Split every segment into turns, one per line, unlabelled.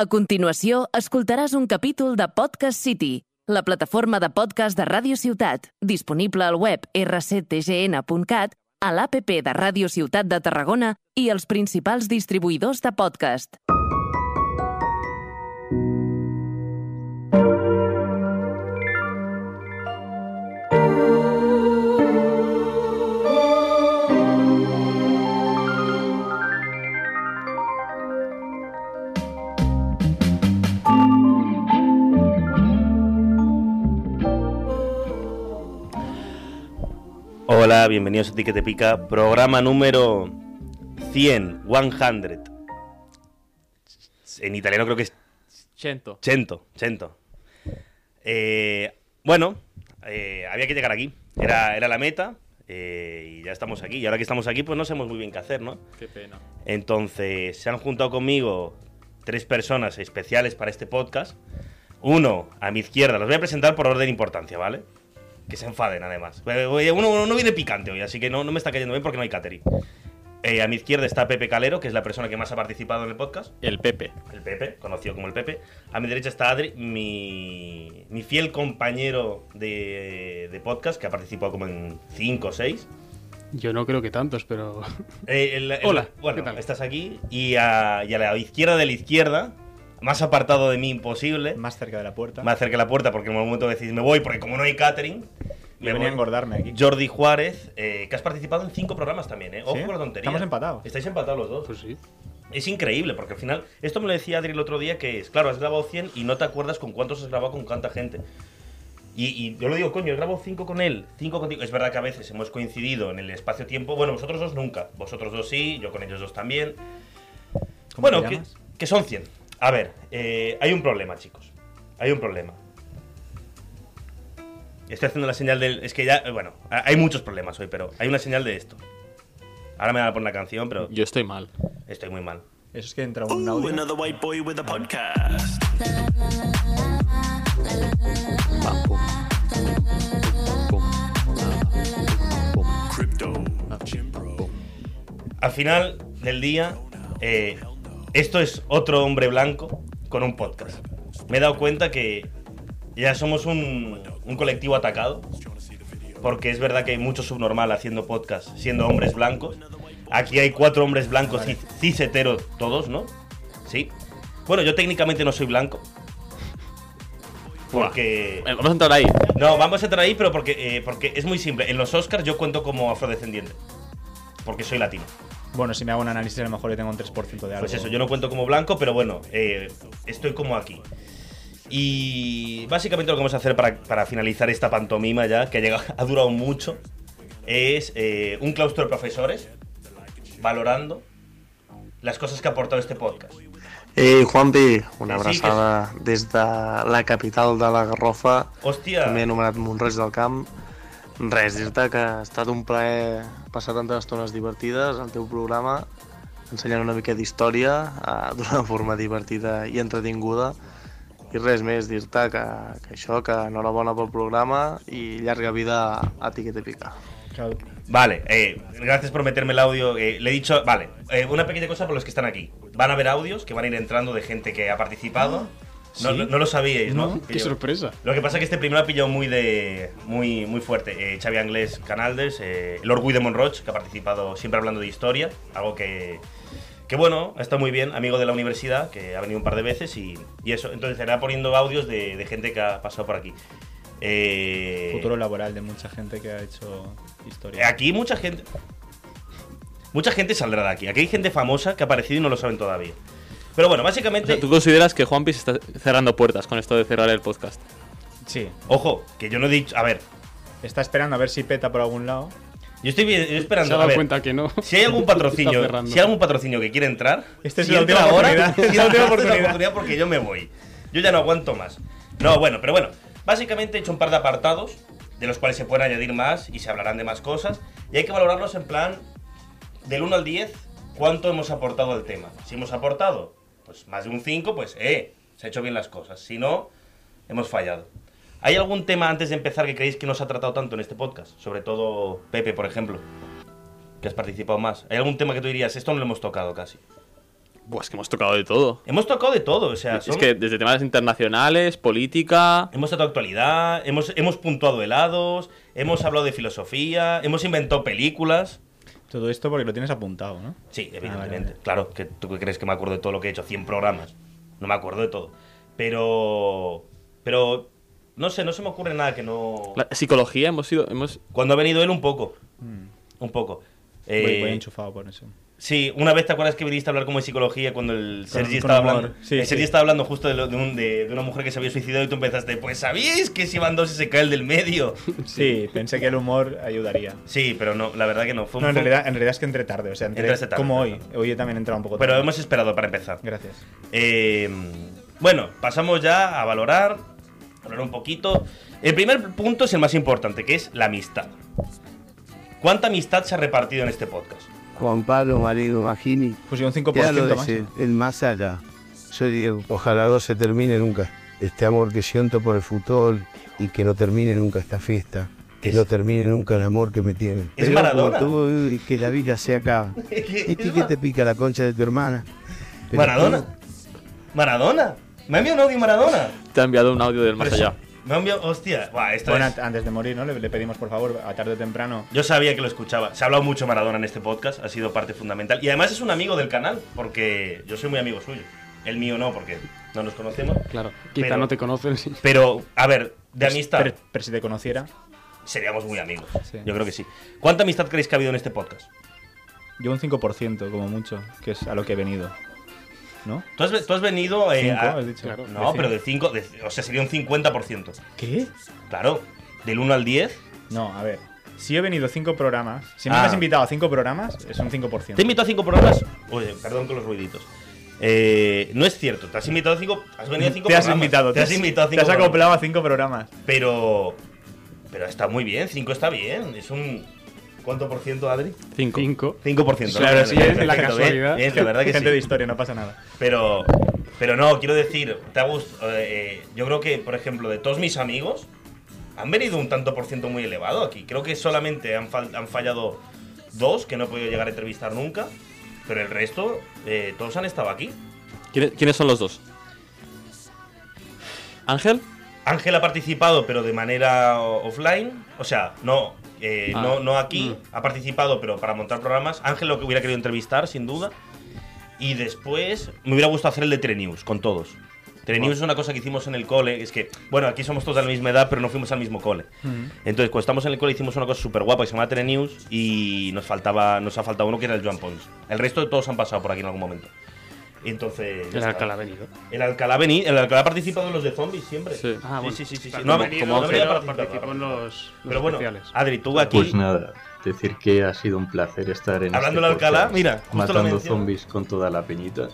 A continuació, escoltaràs un capítol de Podcast City, la plataforma de podcast de Ràdio Ciutat, disponible al web rctgn.cat, a l'APP de Ràdio Ciutat de Tarragona i els principals distribuïdors de podcast.
Hola, bienvenidos a Ti que te pica, programa número 100, 100. En italiano creo que es
Chento.
100, 100. Eh, bueno, eh, había que llegar aquí, era, era la meta eh, y ya estamos aquí. Y ahora que estamos aquí, pues no sabemos muy bien qué hacer, ¿no?
Qué pena.
Entonces, se han juntado conmigo tres personas especiales para este podcast. Uno, a mi izquierda, los voy a presentar por orden de importancia, ¿vale? Que se enfaden, además. Eh, oye, Uno, uno viene picante hoy, así que no, no me está cayendo bien porque no hay catering. Eh, a mi izquierda está Pepe Calero, que es la persona que más ha participado en el podcast.
El Pepe.
El Pepe, conocido como el Pepe. A mi derecha está Adri, mi, mi fiel compañero de, de podcast, que ha participado como en 5 o 6.
Yo no creo que tantos, pero.
Eh, el- el-
Hola,
Bueno,
¿qué tal?
estás aquí y a, y a la izquierda de la izquierda, más apartado de mí imposible,
Más cerca de la puerta.
más cerca de la puerta porque en algún momento decís me voy porque como no hay catering,
Y
me
venía a
voy.
engordarme aquí.
Jordi Juárez, eh, que has participado en cinco programas también, ¿eh? Ojo
¿Sí?
con la tontería.
Estamos empatados.
Estáis empatados los dos.
Pues sí.
Es increíble porque al final, esto me lo decía Adri el otro día, que es, claro, has grabado 100 y no te acuerdas con cuántos has grabado con cuánta gente. Y, y yo lo digo, coño, he grabado 5 con él, 5 contigo. Es verdad que a veces hemos coincidido en el espacio-tiempo. Bueno, vosotros dos nunca. Vosotros dos sí, yo con ellos dos también.
¿Cómo
Bueno,
te
que,
llamas?
que son 100. A ver, eh, hay un problema, chicos. Hay un problema. Estoy haciendo la señal del... Es que ya, eh, bueno, ha- hay muchos problemas hoy, pero hay una señal de esto. Ahora me van a poner la canción, pero
Yo estoy mal.
estoy muy mal.
Eso es que entra un
Ooh,
audio.
another white boy with a podcast.
Pam, pum. Pum, pum,
Crypto.
pum, pum, pum.
Al final del día, eh, esto es otro hombre blanco con un podcast. Me he dado cuenta que ya somos un, un colectivo atacado, porque es verdad que hay mucho subnormal haciendo podcast siendo hombres blancos. Aquí hay cuatro hombres blancos y ciseteros todos, ¿no? Sí. Bueno, yo técnicamente no soy blanco. Porque...
Eh, Vamos a entrar ahí.
No, vamos a entrar ahí, pero porque, eh, porque es muy simple. En los Oscars yo cuento como afrodescendiente, porque soy latino.
Bueno, si me hago un análisis, a lo mejor le tengo un 3% de algo.
Pues eso, yo no cuento como blanco, pero bueno, eh, estoy como aquí. Y básicamente lo que vamos a hacer para, para finalizar esta pantomima ya, que ha, llegado- ha durado mucho, es eh, un claustro de profesores valorando las cosas que ha aportado este podcast.
Ei, Juanpi, una
Sí, sí, que-
abraçada des de la capital de la Garrofa,
Hostia,
també anomenat Montroig del Camp. Res, dir-te que ha estat un plaer passar tantes estones divertides al teu programa, ensenyant una mica d'història eh, d'una forma divertida i entretinguda. I res més, dir-te que, que això, que enhorabona pel programa i llarga vida a ti que te pica.
Claro,
Vale, eh, gracias por meterme el audio. eh, le he dicho, vale, eh, una pequeña cosa para los que están aquí. Van a haber audios que van a ir entrando de gente que ha participado. No,
Ah, ¿sí?
no- no lo sabíais, ¿no?
No, Qué
Pillo-
sorpresa.
Lo que pasa es que este primero ha pillado muy de muy muy fuerte. Eh, Xavi Anglés Canaldes, eh, Lord Guy de Monroch, que ha participado siempre hablando de historia, algo que, que bueno, ha estado muy bien, amigo de la universidad, que ha venido un par de veces y, y eso. Entonces estará poniendo audios de, de gente que ha pasado por aquí. Eh,
futuro laboral de mucha gente que ha hecho
eh,
historia.
Aquí mucha gente. Mucha gente saldrá de aquí. Aquí hay gente famosa que ha aparecido y no lo saben todavía. Pero bueno,
O
básicamente.
sea, ¿Tú consideras que Juanpi se está cerrando puertas con esto de cerrar el podcast?
Sí,
Ojo, que yo no he dicho. A ver,
está esperando a ver si peta por algún lado.
yo estoy vi-
Se
esperando.
ha
a
dado
ver,
cuenta que no.
Si hay algún
Está
patrocinio,
cerrando.
si hay algún patrocinio que quiere entrar,
Esta es
si
la última
entra ahora,
oportunidad.
si
Es la última
entra, esta es
oportunidad.
porque yo me voy. Yo ya no aguanto más. No, bueno, pero bueno. Básicamente he hecho un par de apartados, de los cuales se pueden añadir más y se hablarán de más cosas. Y hay que valorarlos en plan, del 1 al 10, cuánto hemos aportado al tema. Si hemos aportado, pues más de un 5, pues, eh, se ha hecho bien las cosas. Si no, hemos fallado. ¿Hay algún tema antes de empezar que creéis que no se ha tratado tanto en este podcast? Sobre todo Pepe, por ejemplo que has participado más. ¿Hay algún tema que tú dirías, esto no lo hemos tocado casi?
Buah, es que hemos tocado de todo.
Hemos tocado de todo, o sea,
Es
son-
que desde temas internacionales, política.
hemos tocado actualidad, hemos, hemos puntuado helados, hemos hablado de filosofía, hemos inventado películas.
Todo esto porque lo tienes apuntado, ¿no? Ah,
Sí,
vale,
evidentemente.
vale.
Claro, que tú qué crees que me acuerdo de todo lo que he hecho, 100 programas. No me acuerdo de todo. Pero. Pero. No sé, no se me ocurre nada que no.
La psicología, hemos sido. Hemos...
Cuando ha venido él, un poco.
Mm.
Un poco.
Voy-
Eh,
voy enchufado por eso.
Sí, una vez te acuerdas que viniste a hablar como de psicología cuando el Sergi,
con
estaba,
humor.
hablando,
Sí,
el Sergi
sí.
estaba hablando justo de, lo- de un- de- de una mujer que se había suicidado y tú empezaste, pues sabéis que si van dos y se cae el del medio.
Sí, pensé que el humor ayudaría.
Sí, pero no, la verdad que no. Fue un-
No, en
fue un-
realidad, en realidad es que entré tarde, o sea, entré
Entraste tarde,
como hoy.
claro.
Hoy he también he entrado un poco tarde.
Pero hemos esperado para empezar.
Gracias.
Eh, bueno, pasamos ya a valorar, valorar un poquito. El primer punto es el más importante, que es la amistad. ¿Cuánta amistad se ha repartido en este podcast?
Juan Pablo Marido Magini.
Pues yo un
Ya lo
5% más.
decía, el más allá. Yo digo,
Ojalá no se termine nunca. Este amor que siento por el fútbol y que no termine nunca esta fiesta. Que no termine nunca el amor que me tienen.
Es
pero
Maradona.
como tú, que la vida se
Ah,
acaba. ¿Y
Es
que te pica la concha de tu hermana? Pero
Maradona. Maradona. Me ha enviado un audio Maradona.
Te ha enviado un audio del más allá.
Me ha enviado. Hostia. Buah, esto
Bueno,
es-
an- antes de morir, ¿no? Le, le pedimos, por favor, a tarde o temprano.
Yo sabía que lo escuchaba. Se ha hablado mucho Maradona en este podcast, ha sido parte fundamental. Y además es un amigo del canal, porque yo soy muy amigo suyo. El mío no, porque no nos conocemos.
Claro, quizá
Pero-
no te conocen. sí.
Pero, a ver, de
Pues,
amistad
Pero, pero si te conociera,
seríamos muy amigos.
Sí.
Yo creo que sí. ¿Cuánta amistad creéis que ha habido en este podcast?
yo un 5% como mucho, que es a lo que he venido. ¿No?
Tú has, ve- tú has venido eh,
¿Cinco,
a-
has dicho?
Claro.
No, pero de 5, o sea, sería un 50%.
¿Qué?
Claro, del 1 al 10.
No, a ver. Si he venido 5 programas, si me
Ah.
has invitado a 5 programas, es un 5%.
Te he invitado a 5 programas. Oye, perdón con los ruiditos. Eh, no es cierto, te has invitado a 5. Has venido a 5
Te has invitado,
Te has invitado a
te
5
has acoplado a 5 programas.
Pero. Pero está muy bien, 5 está bien. Es un. ¿Cuánto por ciento, Adri?
Cinco.
Cinco.
5%.
Claro, sí, es la
Perfecto,
casualidad.
bien, bien, la verdad que
Gente de
sí.
historia, no pasa nada.
Pero. Pero no, quiero decir, te ha gustado. yo creo que, por ejemplo, de todos mis amigos, han venido un tanto por ciento muy elevado aquí. Creo que solamente han, fal- han fallado dos que no he podido llegar a entrevistar nunca. Pero el resto, eh, todos han estado aquí.
¿Quiénes, quiénes son los dos? ¿Ángel?
Ángel ha participado, pero de manera o- offline. O sea, no, eh,
Ah.
no, no aquí. Ha participado, pero para montar programas. Ángel lo que hubiera querido entrevistar, sin duda. Y después me hubiera gustado hacer el de Trenews con todos. Trenews es una cosa que hicimos en el cole. Es que, bueno, aquí somos todos de la misma edad, pero no fuimos al mismo cole. Entonces, cuando estamos en el cole, hicimos una cosa súper guapa que se llama Trenews. Y nos faltaba nos ha faltado uno que era el Joan Pons. El resto de todos han pasado por aquí en algún momento. Entonces. ya
El
está.
Alcalá ha venido.
El Alcalá, ha veni- el Alcalá ha participado en los de zombies siempre.
Sí.
Ah, bueno.
sí, sí, sí, sí.
Claro,
No,
ha
como-
venido,
como
pero
habría participado,
participó en
participado.
los, los
Pero bueno,
especiales.
Adri, tú aquí,
Pues nada, decir que ha sido un placer estar en
hablando
este
del Alcalá,
podcast,
mira, justo lo
matando
menciona.
zombies con toda la peñita.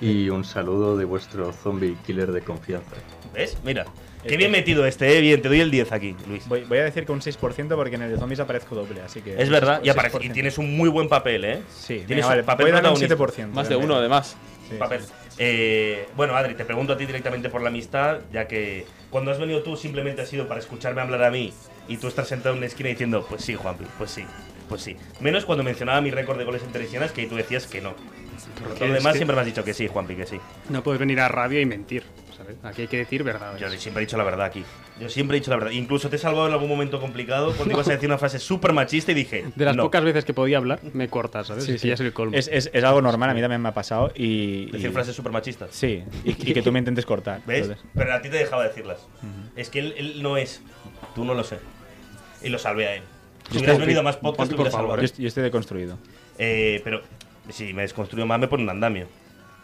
Y un saludo de vuestro zombie killer de confianza.
¿Ves? Mira. Qué bien metido este, eh. Bien, te doy el 10 aquí, Luis.
Voy, voy a decir que un 6% porque en el de zombies aparezco doble, así que.
Es verdad, y,
6%.
aparece, y tienes un muy buen papel, ¿eh?
Sí, venga,
tienes
vale,
un papel
voy a darle un
protagonista.
7%.
Más de
venga.
uno, además.
Sí,
Papel.
sí.
Eh, bueno, Adri, te pregunto a ti directamente por la amistad, ya que cuando has venido tú simplemente ha sido para escucharme hablar a mí y tú estás sentado en una esquina diciendo, pues sí, Juanpi, pues sí, pues sí. Menos cuando mencionaba mi récord de goles internacionales que ahí tú decías que no. Pero todo
es
lo demás
que-
siempre me has dicho que sí, Juanpi, que sí.
No puedes venir a radio y mentir, ¿sabes? Aquí hay que decir verdad.
Yo siempre he dicho la verdad aquí. Yo siempre he dicho la verdad. Incluso te he salvado en algún momento complicado cuando ibas a decir una frase súper machista y dije.
De las
no.
pocas veces que podía hablar, me cortas, ¿sabes?
Sí,
Sí,
sí.
ya es el colmo.
Es, es- es algo normal, a mí también me ha pasado y.
Decir
y-
frases súper machistas.
Sí, y, y que tú me intentes cortar.
¿Ves?
entonces.
Pero a ti te dejaba decirlas. Es que él, él no es. Tú no lo sé. Y lo salvé a él. Si hubieras
Juanpi,
venido a más podcast,
Juanpi,
te
por
hubiera salvado.
Yo, est- yo estoy deconstruido.
Eh, pero si me desconstruyo más, me pone un andamio.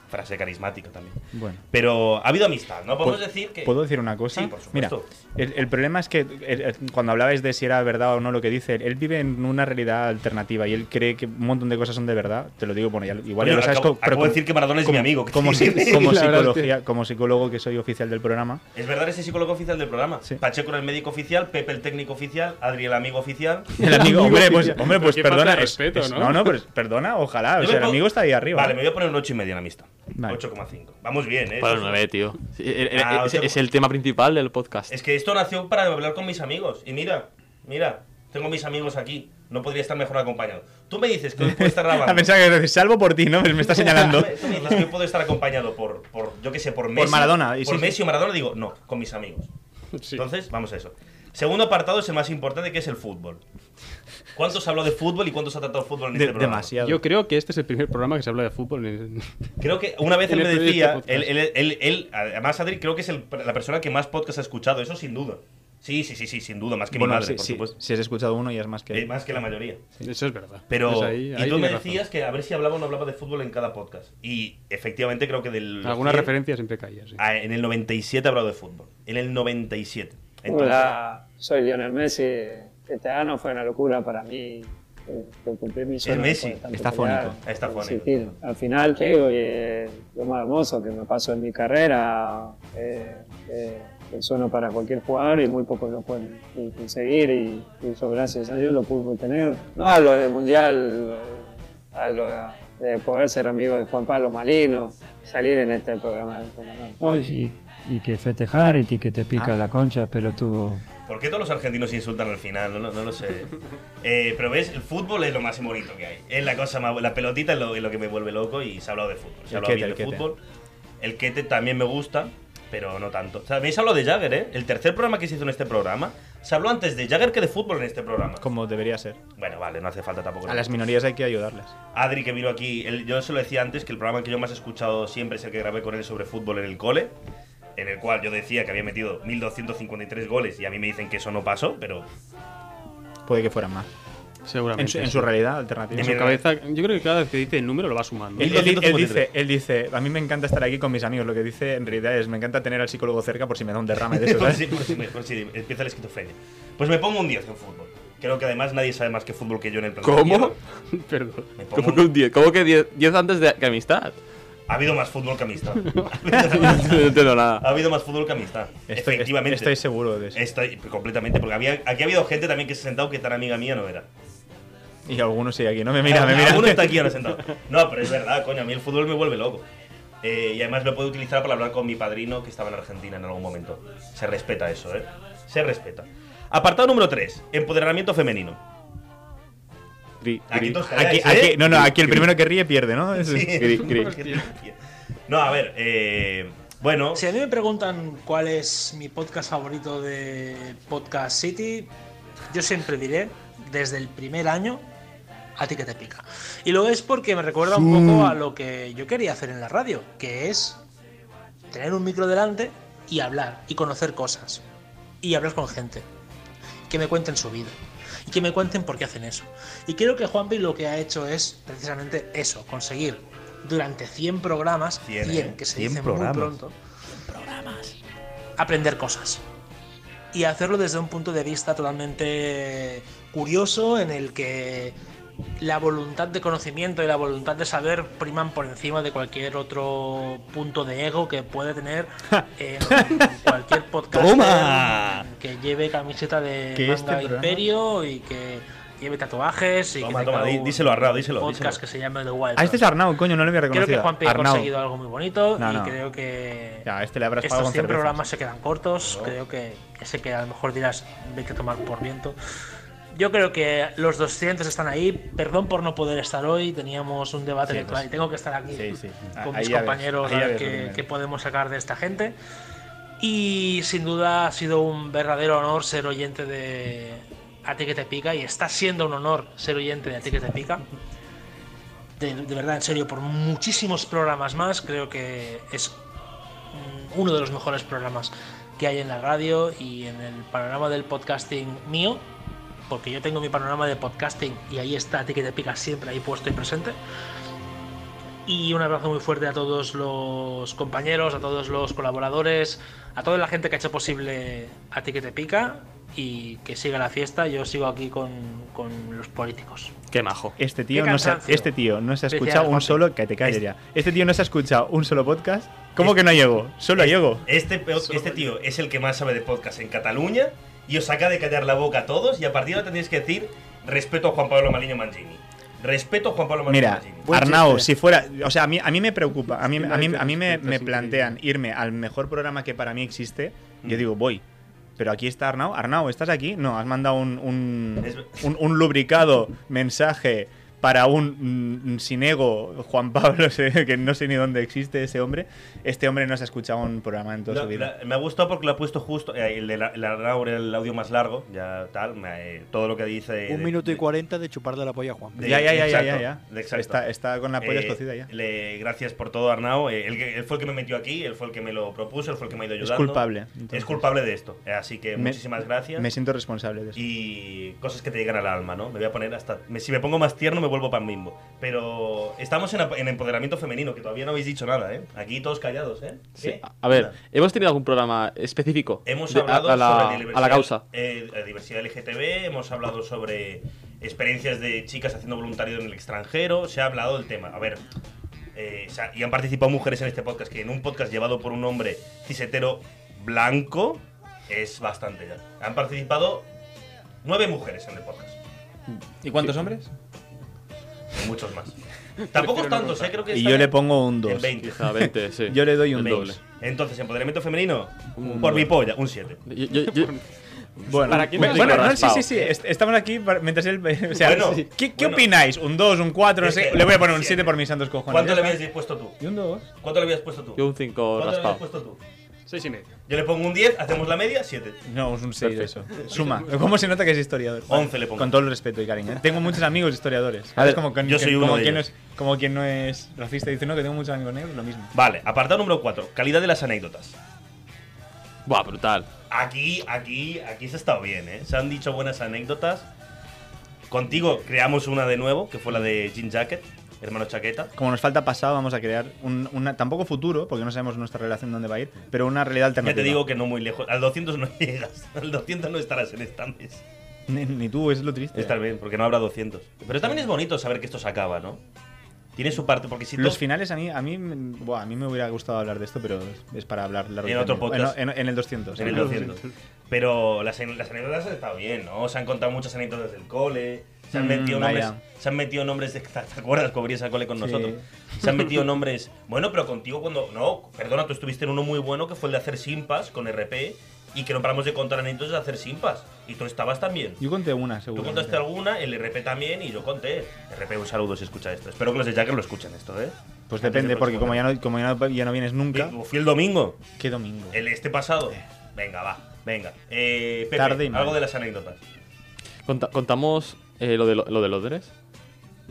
Frase carismática también.
Bueno.
Pero ha habido amistad, ¿no? Podemos
¿Puedo-
decir que.
¿Puedo decir una cosa?
Sí, por
Mira,
supuesto.
el, el problema es que el- el- cuando hablabais de si era verdad o no lo que dice, él vive en una realidad alternativa y él cree que un montón de cosas son de verdad. Te lo digo, bueno, ya- igual
Coño,
ya lo sabes.
acabo-
co- pero
acabo de decir que Maradona es mi amigo.
Como, si-
Sí,
como
la verdad es que-
psicología, como psicólogo que soy oficial del programa.
Es verdad, ese psicólogo oficial del programa.
Sí.
Pacheco era el médico oficial, Pepe el técnico oficial, Adri el amigo oficial.
El amigo, hombre, pues,
oficial.
hombre,
Pero
pues
qué falta
perdona.
de
es-
respeto,
es-
¿no?
no, no, pero perdona, ojalá. O
Yo
sea,
me
el
pongo-
amigo está ahí arriba.
Vale, me voy a poner un 8 y medio en amistad.
Vale.
8,5. Vamos bien, ¿eh?
Para el
Eso es-
9, tío. Sí, eh, eh,
Ah,
es,
o sea, eh,
es el tema principal del podcast.
Es que esto nació para hablar con mis amigos. Y mira, mira, Tengo mis amigos aquí. No podría estar mejor acompañado. Tú me dices que hoy puedo estar grabando.
A pensar que decir, salvo por ti, ¿no? Me está señalando.
Tú me dices que hoy puedo estar acompañado por, por yo qué sé, por Messi.
Maradona, y
Por
sí,
Messi
sí.
o Maradona, digo, no, con mis amigos. Entonces, vamos a eso. Segundo apartado es el más importante, que es el fútbol. ¿Cuánto se habló de fútbol y cuánto se ha tratado fútbol en
De-
este programa?
Yo creo que este es el primer programa que se habla de fútbol. en-
Creo que una vez él
En
me
el proyecto
decía,
podcast.
él, él- él- él- además Adri creo que es el- la persona que más podcast ha escuchado, eso sin duda. Sí, sí, sí, sí, sin duda, más que mi madre,
sí,
por
sí,
supuesto.
Si has escuchado uno, ya es más que.
Eh, más que la mayoría.
Eso es verdad.
Pero,
Pues ahí-
y
ahí
tú me
tienes razón.
decías que a ver si hablaba o no hablaba de fútbol en cada podcast. Y efectivamente creo que del...
Alguna
100,
referencia siempre caía, sí.
a- ah, En el 97 ha hablado de fútbol. En el 97.
Pues,
Entonces,
Hola, soy Lionel Messi. Este año fue una locura para mí. eh, que cumplí mi sueño
Messi.
después de tanto
Está
pelear,
fónico, está fónico.
insistir. Al final, creo que eh, lo más hermoso que me pasó en mi carrera eh, eh, el sueño para cualquier jugador y muy pocos lo pueden y- conseguir. Y, y yo, gracias a Dios, lo pude tener. No hablo del mundial, eh, hablo de, de poder ser amigo de Juan Pablo Malino, salir en este programa.
Hoy y, y que festejar y ti que te pica
Ah.
la concha, pero tú.
¿Por qué todos los argentinos insultan al final? No, lo- no lo sé. Eh, pero ves, el fútbol es lo más bonito que hay. Es la cosa más. La pelotita es lo, es lo que me vuelve loco y se ha hablado de fútbol. Se
El
ha hablado
quete,
bien
el
de
quete.
fútbol. El quete también me gusta, pero no tanto. También se habló de Jagger, ¿eh? El tercer programa que se hizo en este programa. Se habló antes de Jagger que de fútbol en este programa.
Como debería ser.
Bueno, vale, no hace falta tampoco.
A las minorías hay que ayudarlas.
Adri, que vino aquí, él- yo se lo decía antes que el programa que yo más he escuchado siempre es el que grabé con él sobre fútbol en el cole, en el cual yo decía que había metido 1253 goles y a mí me dicen que eso no pasó, pero
Puede que fueran más.
Seguramente.
En su, en su realidad alternativa.
En su cabeza, yo creo que cada vez que dice el número lo va sumando.
Él, él- él dice, él dice, a mí me encanta estar aquí con mis amigos. Lo que dice en realidad es, me encanta tener al psicólogo cerca por si me da un derrame Ah, de ¿eh? eso.
por
¿sabes?
si- por si me- por si empieza la esquizofrenia. Pues me pongo un 10 en fútbol. Creo que además nadie sabe más que fútbol que yo en el planeta
¿Cómo?
Tierra. Me pongo
¿Cómo que un 10? ¿Cómo que 10 10 antes de que amistad?
Ha habido más fútbol que amistad.
No entiendo nada.
Ha habido más fútbol que amistad.
Estoy-
Efectivamente.
estoy seguro de eso.
Estoy completamente, porque había, aquí ha habido gente también que se ha sentado que tan amiga mía no era.
Y algunos sigue aquí, no me mira, me mira.
Alguno está aquí ahora sentado. No, pero es verdad, coño, a mí el fútbol me vuelve loco. Eh, y además lo puedo utilizar para hablar con mi padrino que estaba en Argentina en algún momento. Se respeta eso, ¿eh? Se respeta. Apartado número 3, empoderamiento femenino. Aquí todos
Aquí-
calláis,
aquí-
¿eh?
no, no, aquí el primero que ríe pierde, ¿no?
Sí. No, a ver, eh, bueno.
Si a mí me preguntan cuál es mi podcast favorito de Podcast City, yo siempre diré, desde el primer año, a ti que te pica. Y lo es porque me recuerda un
Sí.
poco a lo que yo quería hacer en la radio, que es tener un micro delante y hablar y conocer cosas. Y hablar con gente. Que me cuenten su vida. Y que me cuenten por qué hacen eso. Y creo que Juanpi lo que ha hecho es precisamente eso, conseguir durante 100 programas, 100, que se
100
dicen
¿eh? programas.
muy pronto, aprender cosas. Y hacerlo desde un punto de vista totalmente curioso en el que la voluntad de conocimiento y la voluntad de saber priman por encima de cualquier otro punto de ego que puede tener eh, cualquier podcast
¡Toma!
que lleve camiseta de
Que
manga
este programa-
imperio y que lleve tatuajes y
Toma,
que
toma,
tenga
di-
un
díselo, Arnau, díselo,
podcast
díselo.
que se llame The Wild
Ah, este es Arnau, coño, no le había
Creo
reconocido.
que Juanpi ha
Arnau.
conseguido algo muy bonito
No,
y
no.
creo que
Ya, a este le habrás pagado
estos
con
100
cervezas.
programas se quedan cortos. Creo que ese que a lo mejor dirás, vete a tomar por viento. Yo creo que los 200 están ahí. Perdón por no poder estar hoy. Teníamos un debate
Sí,
electoral
pues-
y tengo que estar aquí
Ah,
con
ahí
mis
ya ves,
compañeros
ahí
a
ya ves
ver
lo
qué,
primero.
qué podemos sacar de esta gente. Y sin duda ha sido un verdadero honor ser oyente de A ti que te pica y está siendo un honor ser oyente de A ti que te pica. De, de verdad, en serio, por muchísimos programas más, creo que es mm, uno de los mejores programas que hay en la radio y en el panorama del podcasting mío, porque yo tengo mi panorama de podcasting y ahí está A ti que te pica siempre ahí puesto y presente. Y un abrazo muy fuerte a todos los compañeros, a todos los colaboradores, a toda la gente que ha hecho posible a ti que te pica y que siga la fiesta. Yo sigo aquí con, con los políticos.
Qué majo.
Este tío,
Qué
no se ha,
cansancio.
este tío no se ha
Decía
escuchado un
Juanpi.
solo. Que te calles ya. Este tío no se ha escuchado un solo podcast. ¿Cómo que no llegó? Solo llegó.
Este, pe- este tío es el que más sabe de podcast en Cataluña y os saca de callar la boca a todos y a partir de ahora tendréis que decir respeto a Juan Pablo Maliño Mangini. Respeto a Juan Pablo Maliño
Mira,
Mangini.
Arnau, si fuera. O sea, a mí, a mí me preocupa. A mí,
Mm.
a mí, a mí me, me plantean irme al mejor programa que para mí existe. Yo digo, voy. Pero aquí está Arnau. Arnau, ¿estás aquí? No, has mandado un, un, un- un lubricado mensaje para un mm, sinego Juan Pablo, que no sé ni dónde existe ese hombre. Este hombre no se ha escuchado un programa en toda
No,
su vida.
la- me ha gustado porque lo ha puesto justo. eh, el, de la- el Arnau era el audio más largo, ya tal. me- eh, todo lo que dice.
Un
de-
minuto y cuarenta de chuparle la polla a Juan.
de-
Ya, ya, ya, ya,
exacto,
ya, ya.
de exacto.
Está- está con la polla
Eh,
escocida ya.
le- gracias por todo, Arnau. Eh, Él, que- él fue el que me metió aquí, él fue el que me lo propuso, él fue el que me ha ido
Es
ayudando.
culpable, entonces.
Es culpable de esto. eh, Así que
Me-
muchísimas gracias.
Me siento responsable de eso.
y cosas que te llegan al alma, ¿no? Me voy a poner hasta. me- si me pongo más tierno, me vuelvo pan bimbo. Pero estamos en, ap- en empoderamiento femenino, que todavía no habéis dicho nada, ¿eh? Aquí todos callados, ¿eh?
Sí,
¿Qué?
a- A ver, ¿hemos tenido algún programa específico?
Hemos
de- a-
hablado
a, la,
sobre
a la causa.
eh, la diversidad LGTB, hemos hablado sobre experiencias de chicas haciendo voluntariado en el extranjero, se ha hablado del tema. A ver, eh, o sea, y han participado mujeres en este podcast, que en un podcast llevado por un hombre cisetero blanco es bastante ya. Han participado nueve mujeres en el podcast,
¿Y cuántos hombres?
y muchos más. Tampoco
Prefiero no
tantos,
contar.
eh, creo que
Y
está
yo le
en-
pongo un
en
2.
20.
Quizá 20, sí. Yo le doy un
En 20.
dos.
Entonces, empoderamiento femenino,
Un
por mi
dos.
polla, un 7.
Bueno, bueno, no, sí, sí, sí. est- Estamos aquí para- mientras él. O sea,
Bueno,
¿qué, qué
bueno.
opináis? ¿Un 2, un 4? No
Es
sé.
que-
Le voy a poner un
siete.
7 por mis santos cojones.
¿Cuánto
ya
le
está.
habías puesto tú?
¿Y un 2?
¿Cuánto le habías puesto tú?
Yo un 5
¿Cuánto le habías
raspado.
puesto tú?
6 y medio.
Yo le pongo un 10, hacemos la media, 7.
No, es un 6 eso.
Perfecto.
Suma. ¿Cómo se nota que es historiador?
11 le pongo.
Con todo el respeto y cariño. ¿eh? Tengo muchos amigos historiadores.
A ver,
Es como con-
yo soy
como
uno de
quien no
ellos.
es- como quien no es racista dice, no, que tengo muchos amigos negros, lo mismo.
Vale, apartado número 4, calidad de las anécdotas.
Buah, brutal.
Aquí, aquí, aquí se ha estado bien, ¿eh? Se han dicho buenas anécdotas. Contigo creamos una de nuevo, que fue la de Jean Jacket, hermano chaqueta.
Como nos falta pasado, vamos a crear un, una. Tampoco futuro, porque no sabemos nuestra relación dónde va a ir, pero una realidad
Ya
alternativa.
te digo que no muy lejos, al 200 no llegas, al 200 no estarás en stands.
Ni, ni tú, es lo triste.
Está bien, porque no habrá 200. Pero también es bonito saber que esto se acaba, ¿no? Tiene su parte, porque si
Los
todo-
finales a mí, a mí, me- buah, a mí me hubiera gustado hablar de esto, pero es para hablar largo
En
y
otro
tendido.
podcast.
Bueno, en, en el 200.
En el 200. Pero las, las anécdotas han estado bien, ¿no? Se han contado muchas anécdotas del cole. Se han
Mm,
metido nombres.
vaya.
Se han metido nombres de. ¿Te acuerdas que abrías al cole con
Sí.
nosotros? Se han metido nombres. Bueno, pero contigo cuando. No, perdona, tú estuviste en uno muy bueno que fue el de hacer simpas con RP. Y que no paramos de contar anécdotas de hacer simpas. Y tú estabas también.
Yo conté una, seguro.
Tú contaste alguna, el RP también, y yo conté. RP, un saludo si escucha esto. Espero que los de Jacker lo escuchen esto, ¿eh?
Pues
Antes del
depende, porque
próximo
como ya no, como ya no, ya no vienes nunca.
Fui el domingo.
¿Qué domingo?
El este pasado.
Eh.
Venga, va. Venga. Eh, Pepe,
Tarde y mal.
algo de las anécdotas.
Conta- contamos eh, lo, de, lo de Londres.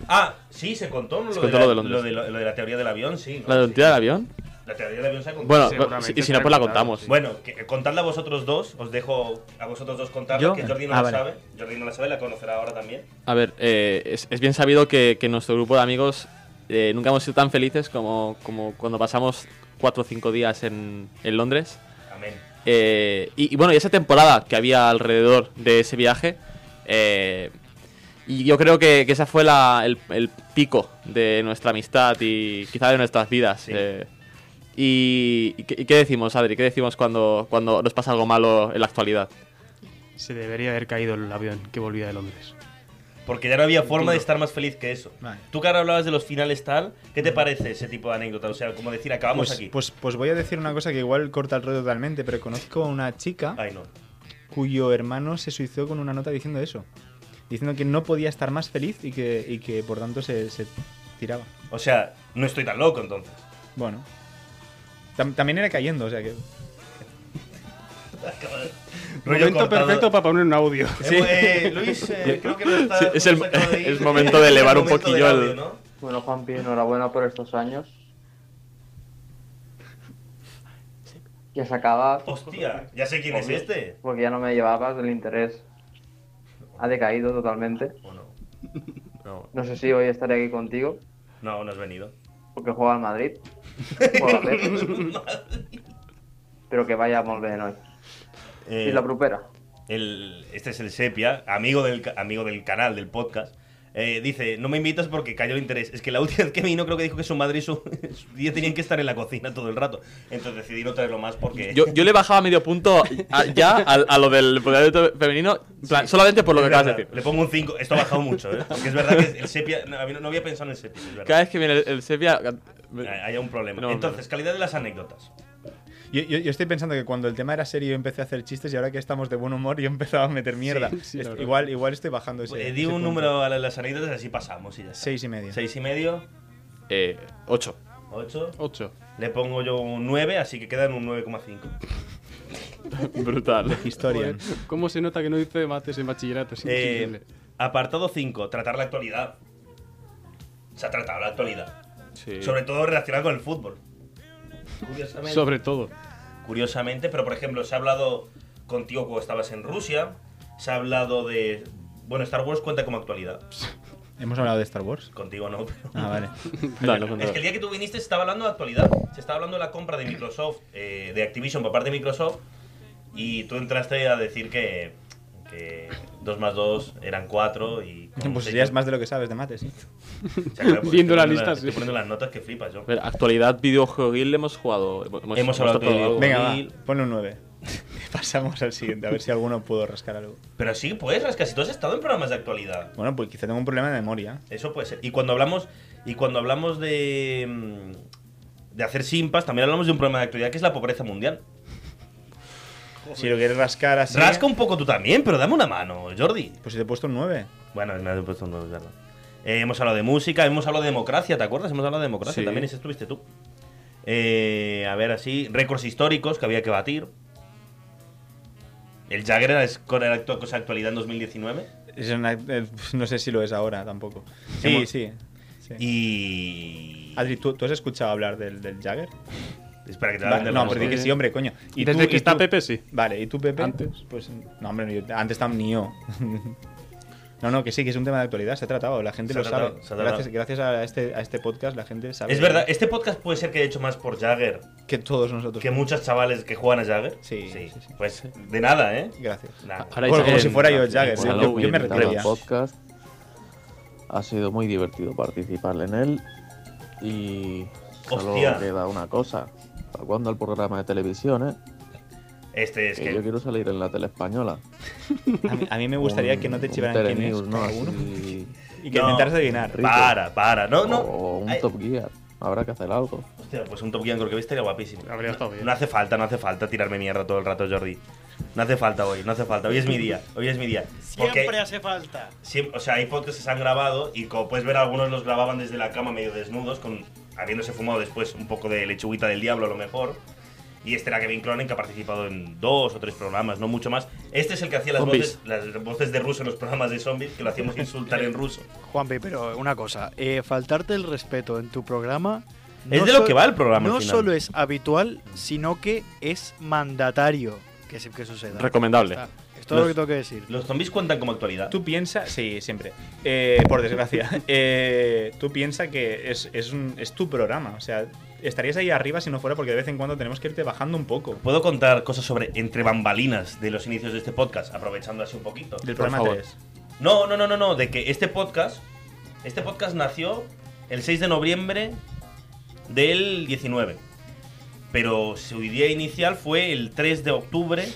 Ah, sí, se contó ¿no?
Se
lo,
contó
de la,
lo de Londres.
Lo, lo de la teoría del avión, sí. ¿no?
¿La
Sí.
identidad del avión?
La teoría del avión se ha contado.
Bueno, Seguramente si- y si no, pues la está contado, contamos. sí.
Bueno, que- eh, contadla vosotros dos. Os dejo a vosotros dos contarla,
¿Yo?
que Jordi no
Ah,
la
vale.
sabe. Jordi no la sabe, la conocerá ahora también.
A ver, eh, es, es bien sabido que, que nuestro grupo de amigos eh, nunca hemos sido tan felices como, como cuando pasamos cuatro o cinco días en, en Londres.
Amén.
Eh, y, y bueno, y esa temporada que había alrededor de ese viaje, eh, y yo creo que, que esa fue la- el, el pico de nuestra amistad y quizá de nuestras vidas. eh. y, y qué- y qué decimos, Adri? ¿Qué decimos cuando, cuando nos pasa algo malo en la actualidad?
Se debería haber caído el avión que volvía de Londres.
Porque ya no había forma de
Entiendo.
estar más feliz que eso.
Vale.
Tú que ahora hablabas de los finales tal, ¿qué te parece ese tipo de anécdota? O sea, como decir, acabamos
pues,
aquí.
Pues, pues voy a decir una cosa que igual corta el rollo totalmente, pero conozco a una chica cuyo hermano se suicidó con una nota diciendo eso. Diciendo que no podía estar más feliz y que, y que por tanto se, se tiraba.
O sea, no estoy tan loco entonces.
Bueno. Tam- también era cayendo, o sea que.
Rollo
Momento
cortado.
perfecto para poner un audio.
Sí. Eh, Luis, eh, creo que no está-
Sí, es el-
no se acaba ir.
es momento de
Es el
elevar un
momento del
poquillo el-
audio, ¿no?
Bueno, Juanpi, enhorabuena por estos años. Ya se acaba.
Hostia, ya sé quién es
Porque-
este.
Porque ya no me llevabas el interés. Ha decaído totalmente.
No,
No sé si hoy estaré aquí contigo,
no, no has venido.
porque juega al Madrid. Juega al Madrid. Pero que vaya muy bien hoy.
Eh,
y la propera.
El, este es el Sepia, amigo del, ca- amigo del canal, del podcast. Eh, dice, no me invitas porque cayó el interés. Es que la última vez que vino creo que dijo que su madre y su, su tía tenían que estar en la cocina todo el rato. Entonces decidí no traerlo más porque...
Yo, yo le bajaba medio punto a- ya a, a lo del empoderamiento femenino, en plan, solamente por lo que
Es
acabas de
verdad,
decir.
Le pongo un 5. Esto ha bajado mucho, ¿eh? Porque es verdad que el sepia. No, no había pensado en el sepia. es verdad.
Cada vez que viene el, el sepia.
Hay un problema. Entonces, calidad de las anécdotas.
Yo, yo- yo estoy pensando que cuando el tema era serio yo empecé a hacer chistes y ahora que estamos de buen humor yo empezaba a meter mierda.
Sí, sí, la
Es-
verdad.
igual, igual estoy bajando ese.
Pues,
Eh, di
ese
un
punto.
número a la- las anécdotas, así pasamos. Y ya está.
Seis y medio.
Seis y medio.
Eh, 8.
8.
8.
Le pongo yo un 9, así que quedan un 9,5.
Brutal.
Historia.
Joder, ¿Cómo se nota que no hice mates en bachillerato? Es
Eh,
increíble.
apartado 5, tratar la actualidad. Se ha tratado la actualidad.
Sí.
Sobre todo relacionado con el fútbol. Curiosamente.
Sobre todo.
Curiosamente, pero por ejemplo, se ha hablado contigo cuando estabas en Rusia. Se ha hablado de. Bueno, Star Wars cuenta como actualidad.
Hemos hablado de Star Wars.
Contigo no, pero.
Ah, vale.
Es que el día que tú viniste se estaba hablando de actualidad. Se estaba hablando de la compra de Microsoft, eh, de Activision por parte de Microsoft. Y tú entraste a decir que. que 2 más 2 eran 4 y.
Pues serías más de lo que sabes de mates, sí.
O sea, claro, pues
Viendo
estoy
la
poniendo
lista, sí.
Estoy poniendo las notas que flipas, yo.
A ver, actualidad videojueguil hemos jugado. Hemos,
Hemos hablado
tocado
de-
algo.
Venga, va, ponle un 9. Pasamos al siguiente, a ver si alguno pudo rascar algo.
Pero sí, pues, Rasca, si tú has estado en programas de actualidad.
Bueno, pues quizá tengo un problema de memoria.
Eso puede ser. Y cuando hablamos, y cuando hablamos de. mm, de hacer simpas, también hablamos de un problema de actualidad que es la pobreza mundial.
Si lo quieres rascar así.
Rasca un poco tú también, pero dame una mano, Jordi.
Pues si te he puesto un 9.
Bueno, me has puesto un 9, es verdad. Eh, hemos hablado de música, hemos hablado de democracia, ¿te acuerdas? Hemos hablado de democracia,
Sí.
también ese estuviste tú. Eh, a ver, así, récords históricos que había que batir. El Jagger era es- con la actu- cosa actualidad en 2019.
Es una- eh, no sé si lo es ahora tampoco. Sí,
Sí.
sí. sí.
Y.
Adri, ¿tú, tú has escuchado hablar del, del Jagger?
Espera que te
Vale,
hablen de la
No, pero di que
música.
sí, hombre, coño.
Desde que está Pepe,
sí. Vale, ¿y tú, Pepe? Antes. Pues, no, hombre, yo- antes también ni yo. No, no, que sí, que es un tema de actualidad, se ha tratado, la gente
Se ha
lo
tratado,
sabe.
se ha tratado.
gracias gracias a, este, a este podcast la gente sabe.
Es verdad, este podcast puede ser que haya hecho más por Jagger.
Que todos nosotros.
Que muchos chavales que juegan a Jagger. Sí. Pues de nada, ¿eh?
Gracias.
Nada.
Ahora hay Bueno, como Jagger si fuera yo el Jagger,
Bueno,
yo- yo- yo me
bien,
retiraría.
claro.
podcast. Ha sido muy divertido participar en él. Y solo
Hostia.
queda una cosa. ¿Para cuándo el programa de televisión, eh?
Este es
que,
que-
yo quiero salir en la tele española.
A mí, a mí me gustaría que no te chivaran quién es
Telenews, ¿no?
cada uno.
Así-
Y que intentaras adivinar.
Para, para, no, no.
O un
Ay.
Top Gear. Habrá que hacer algo.
Hostia, pues un Top Gun creo que viste estaría guapísimo. Habría estado bien. No hace falta, no hace falta tirarme mierda todo el rato, Jordi. No hace falta hoy, no hace falta. Hoy es mi día, hoy es mi día. Porque
Siempre hace falta.
siem- o sea, hay podcasts que se han grabado y como puedes ver, algunos los grababan desde la cama medio desnudos, con, habiéndose fumado después un poco de lechuguita del diablo a lo mejor. Y este era Kevin Cronin, que ha participado en dos o tres programas, no mucho más. Este es el que hacía las
Zombies.
voces, las voces de ruso en los programas de zombies, que lo hacíamos insultar en ruso.
Juanpi, pero una cosa, eh, faltarte el respeto en tu programa...
Es de lo
so-
que va el programa,
No
al final.
solo es habitual, sino que es mandatario que, se- que suceda.
Recomendable.
Ya está. Es todo lo que tengo que decir.
Los zombies cuentan como actualidad.
Tú piensas, sí, siempre. Eh, por desgracia, Eh, tú piensas que es, es un- es tu programa. O sea, estarías ahí arriba si no fuera porque de vez en cuando tenemos que irte bajando un poco.
¿Puedo contar cosas sobre entre bambalinas de los inicios de este podcast? Aprovechando así un poquito.
Del programa
Por favor.
3.
No, no, no, no, no, de que este podcast. Este podcast nació el 6 de noviembre del 19. Pero su idea inicial fue el 3 de octubre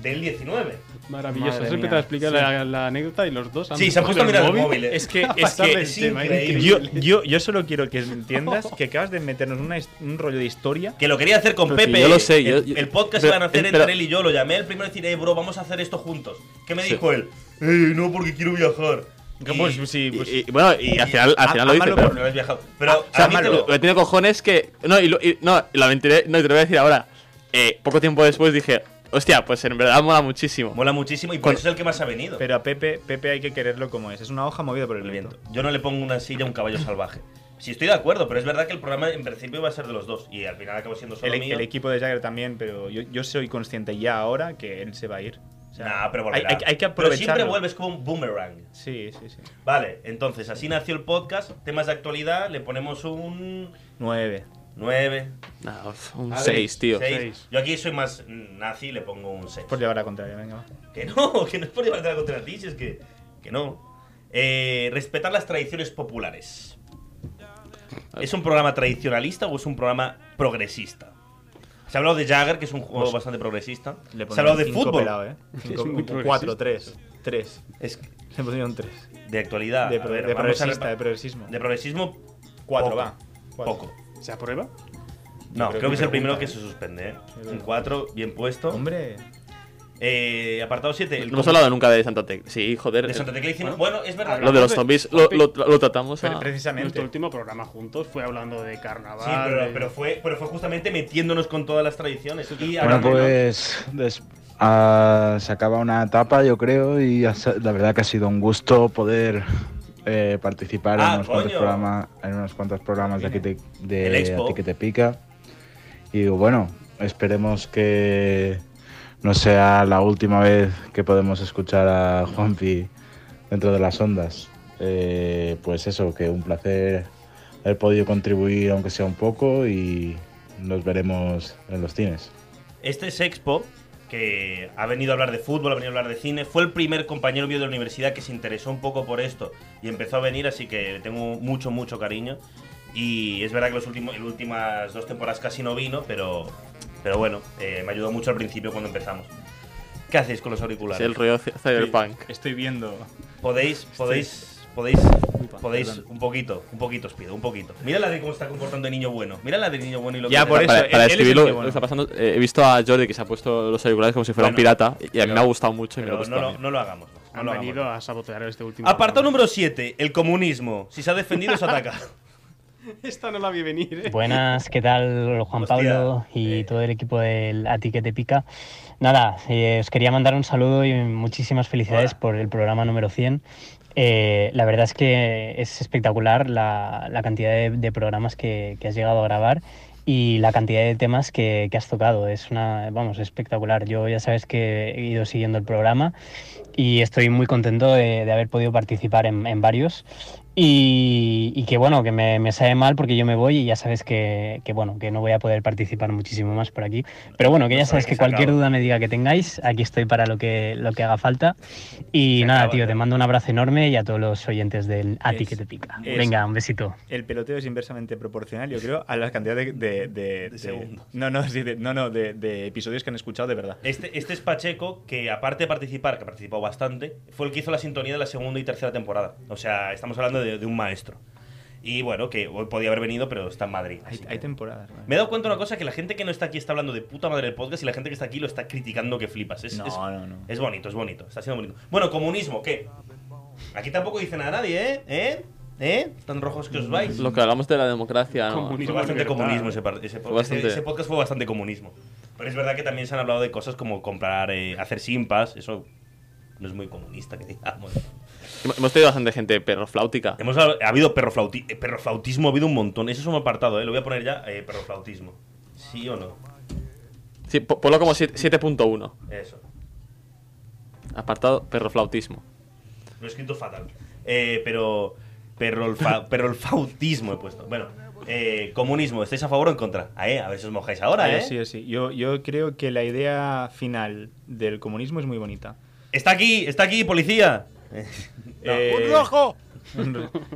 del 19.
Maravilloso.
Madre
Has
mía.
empezado a explicar
Sí.
la, la anécdota y los dos han
Sí, se han puesto a mirar el móvil, eh.
Es que,
A
es
pasarle
que
el tema,
yo-
increíble.
yo, yo solo quiero que entiendas que acabas de meternos una his- un rollo de historia.
Que lo quería hacer con
Pero si
Pepe. ¿eh?
yo lo sé, yo-
el,
yo-
el podcast
pero-
iban a hacer
eh,
entre
pero-
él y yo. Lo llamé el primero y decir, eh, bro, vamos a hacer esto juntos. ¿Qué me
Sí.
dijo él? Eh, no, porque quiero viajar. Y-
y, y bueno, y al final, al
Ah,
final lo hice.
ámalo
Pero, Ah,
por- no has viajado. Pero
o sea,
admítelo.
lo que tiene cojones que. No, y, lo- y- no, y la mentiré, no, y te lo voy a decir ahora. Eh, poco tiempo después dije, hostia, pues en verdad mola muchísimo.
Mola muchísimo y por eso pues es el que más ha venido.
Pero a Pepe, Pepe hay que quererlo como es. Es una hoja movida por el viento.
Yo no le pongo una silla a un caballo salvaje. Sí, estoy de acuerdo, pero es verdad que el programa en principio iba a ser de los dos. Y al final acabó siendo solo
El, e-,
mío.
el equipo de Jagger también, pero yo, yo soy consciente ya ahora que él se va a ir. O sea,
Nah, pero
hay,
volverá.
hay- hay que
Pero
aprovechar.
siempre vuelves como un boomerang.
Sí, sí, sí.
Vale, entonces, así nació el podcast. Temas de actualidad, le ponemos un
9.
9.
No, un 6, tío.
Yo aquí soy más mm, nazi y le pongo un 6.
Por llevar la contraria, venga. va.
Que no, que no es por llevarte la contra ti, si es que, que no. Eh, respetar las tradiciones populares. ¿Es un programa tradicionalista o es un programa progresista? Se ha hablado de Jagger, que es un juego
Pues,
bastante progresista.
Le ponemos
Se ha hablado de
cinco
fútbol.
pelado, ¿eh? Cinco- cuatro, tres. Tres.
Es
Le pusieron tres.
De actualidad.
De
a
pro-
ver,
de
vamos a
progresista,
repa-
de progresismo.
De progresismo.
Cuatro,
poco.
va. Cuatro.
Poco.
¿Se aprueba?
No, creo, que, es el primero que se
suspende.
suspende, ¿eh?
Es
Un
verdad.
4, bien puesto. Hombre. Eh, apartado 7.
No hemos hablado nunca de Santa Tecla. Sí, joder.
De
es-
Santa Tecla hicimos- bueno, es verdad.
Lo de los zombies lo, lo- lo tratamos
Pero
a-
precisamente.
Nuestro último programa juntos fue hablando de carnaval.
Sí, pero,
eh.
de-
pero fue, pero fue justamente metiéndonos con todas las tradiciones. Y
Bueno,
hablando-
pues des- ah, se acaba una etapa, yo creo, y ha sa- la verdad que ha sido un gusto poder eh, participar en,
Ah,
unos cuantos
coño.
programas, en unos cuantos programas de, aquí te, de
El Expo.
A ti que te pica. Y digo, bueno, esperemos que no sea la última vez que podemos escuchar a Juanpi dentro de las ondas. Eh, pues eso, que un placer haber podido contribuir, aunque sea un poco, y nos veremos en los cines.
Este Sexpo, que ha venido a hablar de fútbol, ha venido a hablar de cine, fue el primer compañero mío de la universidad que se interesó un poco por esto y empezó a venir, así que le tengo mucho, mucho cariño. Y es verdad que los últimos, las últimas dos temporadas casi no vino, pero, pero bueno, eh, me ayudó mucho al principio cuando empezamos. ¿Qué hacéis con los auriculares?
Es el rollo c- cyberpunk.
Estoy viendo.
Podéis, podéis, podéis, podéis un poquito, un poquito os pido, un poquito. Mira la de cómo está comportando el niño bueno. Mira la del niño bueno y lo que
para, para- para
escribirlo
describirlo, lo que está pasando, eh, he visto a Jordi que se ha puesto los auriculares como si fuera un
Bueno,
pirata y a mí me ha gustado mucho y me lo he
Pero
puesto
no,
a
lo,
mí.
no lo hagamos. no
Han
lo hagamos.
venido a sabotear este último.
Apartado número 7, el comunismo. Si se ha defendido, se ataca.
Esta no la vi venir, ¿eh?
Buenas, ¿qué tal Juan
Hostia,
Pablo y todo el equipo del A ti que te pica? Nada, eh, os quería mandar un saludo y muchísimas felicidades por el programa número 100. Eh, la verdad es que es espectacular la, la cantidad de, de programas que, que has llegado a grabar y la cantidad de temas que, que has tocado. Es una, vamos, espectacular. Yo ya sabes que he ido siguiendo el programa y estoy muy contento de, de haber podido participar en, en varios. Y, y que bueno, que me, me sabe mal porque yo me voy y ya sabes que, que, bueno, que no voy a poder participar muchísimo más por aquí. Pero bueno, que ya sabes que cualquier duda me diga que tengáis, aquí estoy para lo que, lo que haga falta. Y nada, tío, te mando un abrazo enorme y a todos los oyentes del A ti que te pica.
es-
Venga, un besito.
El peloteo es inversamente proporcional, yo creo, a la cantidad de. de, de- de- No, no, sí, de- no, no, de, de episodios que han escuchado de verdad.
Este, este es Pacheco, que aparte de participar, que ha participado bastante, fue el que hizo la sintonía de la segunda y tercera temporada. O sea, estamos hablando de, de un maestro. Y bueno, que hoy podía haber venido, pero está en Madrid. así que-
Hay temporadas. ¿no?
Me he dado cuenta de una cosa, que la gente que no está aquí está hablando de puta madre del podcast y la gente que está aquí lo está criticando que flipas. Es,
No,
es-
no, no.
es bonito, es bonito. Está siendo bonito. Bueno, comunismo, ¿qué? Aquí tampoco dice nada nadie, ¿eh? ¿Eh? ¿Eh? Tan rojos que os vais.
Lo que hablamos de la democracia. ¿no?
Fue bastante comunismo ese, par- ese
Fue
podcast.
bastante-
Ese- ese podcast fue bastante comunismo. Pero es verdad que también se han hablado de cosas como comprar, eh, hacer simpas. Eso no es muy comunista, que digamos.
Hemos tenido bastante gente perrofláutica.
Hemos, ha habido perroflauti- eh, perroflautismo, ha habido un montón. Eso es un apartado, ¿eh? Lo voy a poner ya, eh, perroflautismo. ¿Sí o no?
Sí, po- ponlo como siete- 7.1.
Eso.
Apartado perroflautismo.
Lo he escrito fatal. Eh, pero. Perrolfa, perrolfautismo he puesto. Bueno, eh, comunismo, ¿estáis a favor o en contra? Ah, eh, a ver si os mojáis ahora,
Yo
¿eh?
Sí, yo sí. Yo, yo creo que la idea final del comunismo es muy bonita.
Está aquí, está aquí, policía.
Eh,
¡Un rojo!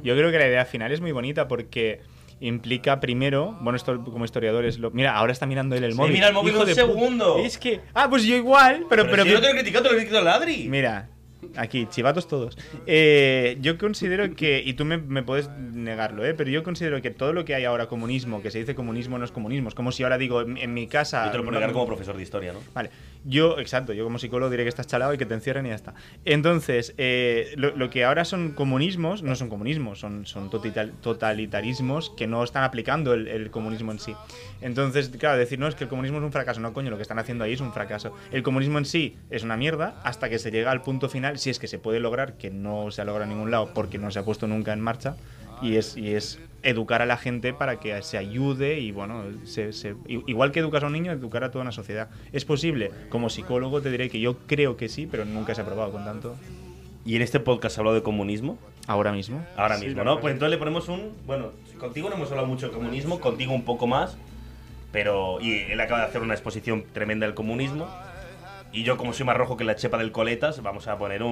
Yo creo que la idea final es muy bonita porque implica primero, bueno, esto como historiador es lo. Mira, ahora está mirando él el
Sí,
móvil.
mira el móvil
hijo
un
de pu-
segundo.
Es que. Ah, pues yo igual, pero.
Pero si no te lo he criticado, te lo he criticado al Adri.
Mira, aquí, chivatos todos. Eh, yo considero que, y tú me, me puedes negarlo, ¿eh? pero yo considero que todo lo que hay ahora comunismo, que se dice comunismo, no es comunismo. Es como si ahora digo, en, en mi casa...
Yo te lo puedo negar como profesor de historia, ¿no?
Vale, yo, exacto, yo como psicólogo diré que estás chalado y que te encierren y ya está. Entonces, eh, lo, lo que ahora son comunismos, no son comunismos, son, son totital- totalitarismos que no están aplicando el, el comunismo en sí. Entonces, claro, decir, no, es que el comunismo es un fracaso, no, coño, lo que están haciendo ahí es un fracaso. El comunismo en sí es una mierda hasta que se llega al punto final, si es que se puede lograr, que no se ha logrado en ningún lado porque no se ha puesto nunca en marcha, y es, y es educar a la gente para que se ayude y bueno, se- se- i- igual que educas a un niño, educar a toda una sociedad. ¿Es posible? Como psicólogo te diré que yo creo que sí, pero nunca se ha probado con tanto.
¿Y en este podcast se ha hablado de comunismo?
Ahora mismo.
Ahora
Sí,
mismo,
la
¿no?
verdad.
Pues entonces le ponemos un. Bueno, contigo no hemos hablado mucho de comunismo, contigo un poco más. Pero. Y él acaba de hacer una exposición tremenda del comunismo. Y yo, como soy más rojo que la chepa del coletas, vamos a poner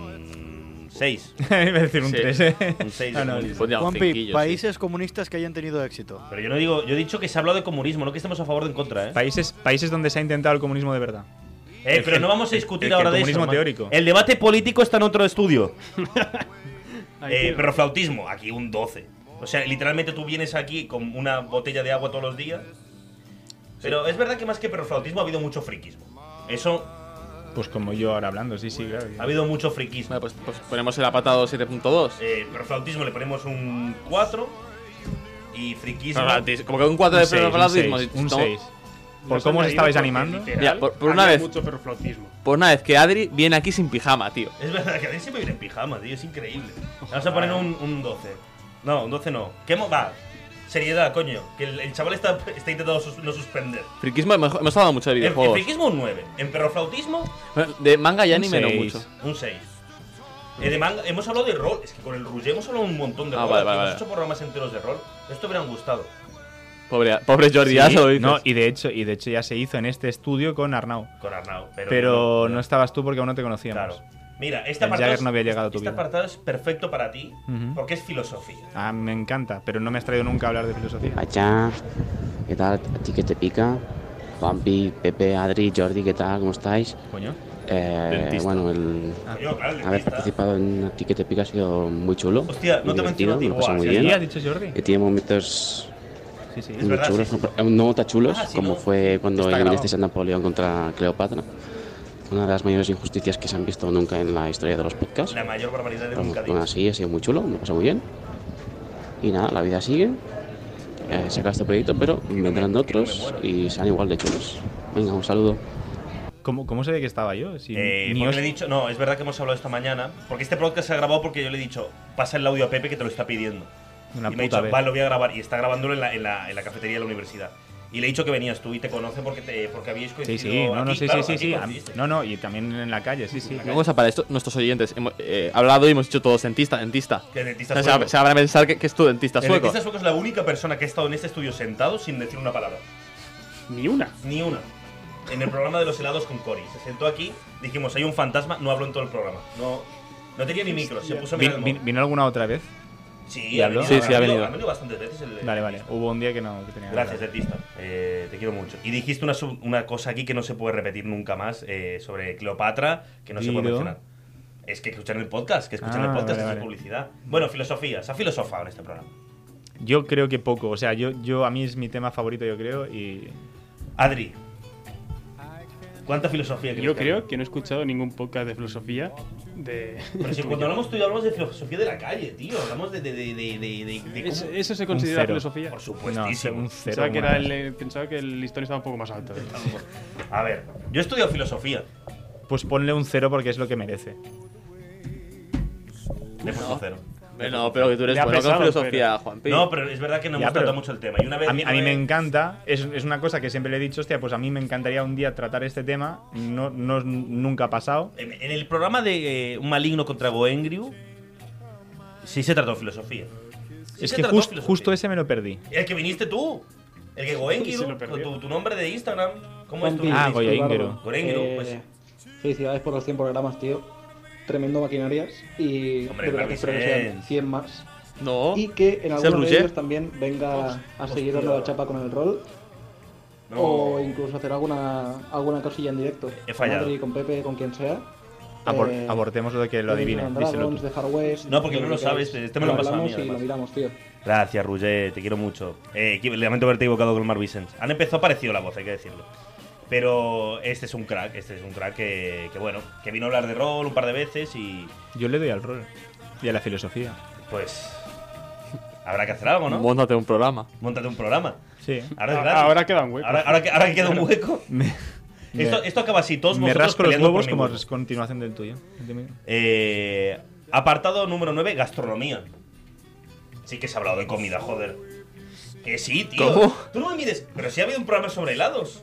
un. 6.
Iba a decir un
Sí.
tres, ¿eh?
Un 6.
Ah, no,
Juanpi, países comunistas que hayan tenido éxito.
Pero yo no digo. Yo he dicho que se ha hablado de comunismo, no que estemos a favor de en contra, ¿eh?
Países, países donde se ha intentado el comunismo de verdad.
Eh,
El-
pero
el-
no vamos a
el-
discutir
el- el
ahora de
comunismo
eso.
teórico.
El debate político está en otro estudio.
tiene.
eh, pero flautismo, aquí un 12. O sea, literalmente tú vienes aquí con una botella de agua todos los días Pero es verdad que más que perroflautismo ha habido mucho friquismo. Eso
Pues como yo ahora hablando, sí, sí, claro.
ha habido mucho friquismo.
pues, ponemos el apartado 7.2.
Eh, perroflautismo le ponemos un 4 y friquismo.
Perroflautis- como que un 4 de
seis, un
perroflautismo,
seis,
no.
Un 6.
¿Por
Nos
cómo
han
os
traído
estabais
porque
animando?
literal
Mira, por, por una
había
vez.
mucho perroflautismo.
Por una vez que Adri viene aquí sin pijama, tío.
Es verdad que a mí siempre viene en pijama, tío, es increíble. Vamos a poner un, un 12. No, un 12 no. ¿Qué mo- va? Seriedad, coño. Que el, el chaval está, está intentando sus- no suspender.
Friquismo, hemos, hemos hablado mucho de
En, en
videojuegos.
friquismo un 9. En perroflautismo
De manga y
Un
anime no
seis.
mucho.
Un 6. Eh, de manga, hemos hablado de rol. Es que con el Rouge hemos hablado un montón de
Ah,
rol.
vale,
aquí
vale,
hemos
vale.
hecho programas enteros de rol. Esto hubieran gustado.
Pobre, pobre Jordi, ya
Sí,
se lo dices.
No, y de hecho, y de hecho ya se hizo en este estudio con Arnau.
Con Arnau, pero-
Pero, no estabas tú porque aún no te conocíamos.
Mira, este
El
apartado,
Jagger
es-
no había llegado a tu
este
vida.
apartado es perfecto para ti
Ujú.
porque es filosofía.
Ah, me encanta, pero no me has traído nunca a hablar de filosofía.
Pachá, ¿qué tal? ¿A ti qué te pica? Juanpi, Pepe, Adri, Jordi, ¿qué tal? ¿Cómo estáis?
Coño.
Eh,
Dentista.
bueno, el
Coño, Ah, claro, el
haber
dentista.
participado en A ti que te pica ha sido muy chulo.
Hostia, no
muy
te menciono a
divertido,
ti.
me lo he pasado
Buah,
muy
sí,
bien.
ya ha dicho Jordi.
Y tiene momentos
Sí, sí.
muy chulos, no- no tan chulos
Ah, sí,
como
no.
fue cuando
Está
eliminasteis a Napoleón contra Cleopatra. Una de las mayores injusticias que se han visto nunca en la historia de los podcasts.
La mayor barbaridad de
Pero
nunca
aún
dicho.
así ha sido muy chulo, me lo pasó muy bien. Y nada, la vida sigue. Eh, se acaba este proyecto, pero vendrán otros y serán igual de chulos. Venga, un saludo.
¿Cómo, cómo se ve que estaba yo? Si
Eh,
ni
porque
os-
le he dicho, no, es verdad que hemos hablado esta mañana. Porque este podcast se ha grabado porque yo le he dicho, pasa el audio a Pepe que te lo está pidiendo.
Una
y
puta
me ha dicho,
vez.
vale, lo voy a grabar. Y está grabándolo en la, en la- en la cafetería de la universidad. Y le he dicho que venías tú y te conoce porque, te, porque habíais
Sí,
coincidido.
sí, no, no,
aquí,
sí,
claro,
sí, sí,
aquí
sí. a-
coincidiste.
No, no, y también en la calle, sí, sí.
Una cosa para esto, nuestros oyentes. Hemos eh, hablado y hemos dicho todos dentista, dentista.
Que dentista
O sea,
sueco.
se, van a pensar que, que es tu dentista
El
sueco.
dentista sueco es la única persona que ha estado en este estudio sentado sin decir una palabra.
Ni una.
Ni una. En el programa de los helados con Cory. Se sentó aquí, dijimos, hay un fantasma, no habló en todo el programa. No, no tenía ni micro, se puso a mirar
Vin-
el
vin-
móvil.
¿Vino alguna otra vez?
Sí,
¿Y
ha
habló?
venido, Ha venido bastantes veces. El,
Vale, vale. Uh, Hubo un día que no que tenía
Gracias, dentista. Eh, te quiero mucho. Y dijiste una, sub- una cosa aquí que no se puede repetir nunca más eh, sobre Cleopatra, que no se puede
Guido.
mencionar. Es que escuchar el podcast, que escuchar el
Ah,
podcast
vale,
esto
vale.
es publicidad. Bueno, filosofía. Se ha filosofado en este programa.
Yo creo que poco. O sea, yo, yo a mí es mi tema favorito, yo creo. Y.
Adri. ¿Cuánta filosofía
Yo creo que no he escuchado ningún podcast de filosofía de.
Pero si cuando hablamos tú y yo hablamos de filosofía de la calle, tío. Hablamos de. de, de, de, de, de- de
Es-
cómo-
¿Eso se considera filosofía?
Por supuestísimo.
Pensaba que, era el, eh, pensaba que el listón estaba un poco más alto.
A ver, yo he estudiado filosofía.
Pues ponle un cero porque es lo que merece.
Le he puesto cero.
Bueno, Eh, pero que tú eres
Le ha
bueno con
pesado,
filosofía, Juanpi.
No, pero es verdad que no
Ya,
hemos
pero
tratado mucho el tema. Y una vez
a mí, a mí
yo
me
he-
encanta, es, es una cosa que siempre le he dicho, hostia, pues a mí me encantaría un día tratar este tema, no, no es- nunca ha pasado.
En en el programa de eh, Un maligno contra Goengriu, sí se trató filosofía. Sí
es
se
que
trató
just-
filosofía.
justo ese me lo perdí.
El que viniste tú. El que
Se
Goengriu,
lo
con tu, tu nombre de Instagram. ¿Cómo es tu
Ah, Goengriu.
Goengriu,
Eh,
pues.
Felicidades por los 100 programas, tío. Tremendo maquinarias. Y
Hombre,
de verdad que espero que sean
Vicens.
100 más.
No.
Y que en
¿Es
alguno de
el
ellos
Roger?
también venga a seguir dando la chapa con el rol.
No.
O incluso hacer alguna, alguna cosilla en directo.
He fallado.
Con Adri, con Pepe, con quien sea.
Abor-
Eh,
abortemos lo de que lo
de
adivine,
Dungeon
díselo
Dragons,
tú.
de Far West,
No, porque
de
no
lo
lo
que
sabes,
queráis.
este me lo ha pasado a mí,
hablamos y lo
además.
miramos, tío.
Gracias, Roger, te quiero mucho. Eh, equi- lamento haberte equivocado con el Mar Vicens. Han empezado parecido la voz, hay que decirlo. Pero este es un crack, este es un crack que, que, bueno, que vino a hablar de rol un par de veces y
Yo le doy al rol y a la filosofía.
pues habrá que hacer algo, ¿no?
Móntate un programa.
Móntate un programa.
Sí.
Ahora, es
A-
gratis.
ahora queda un hueco.
Ahora, ahora que, ahora que queda un
Claro.
hueco.
me-
esto, esto acaba así, todos
me
vosotros
rasco los
peleando por
huevos
mi
como
huevo.
es continuación del tuyo.
Eh, apartado número 9, gastronomía. Sí que se ha hablado de comida, joder. Que sí, tío.
¿Cómo?
Tú no me mires, pero sí ha habido un programa sobre helados.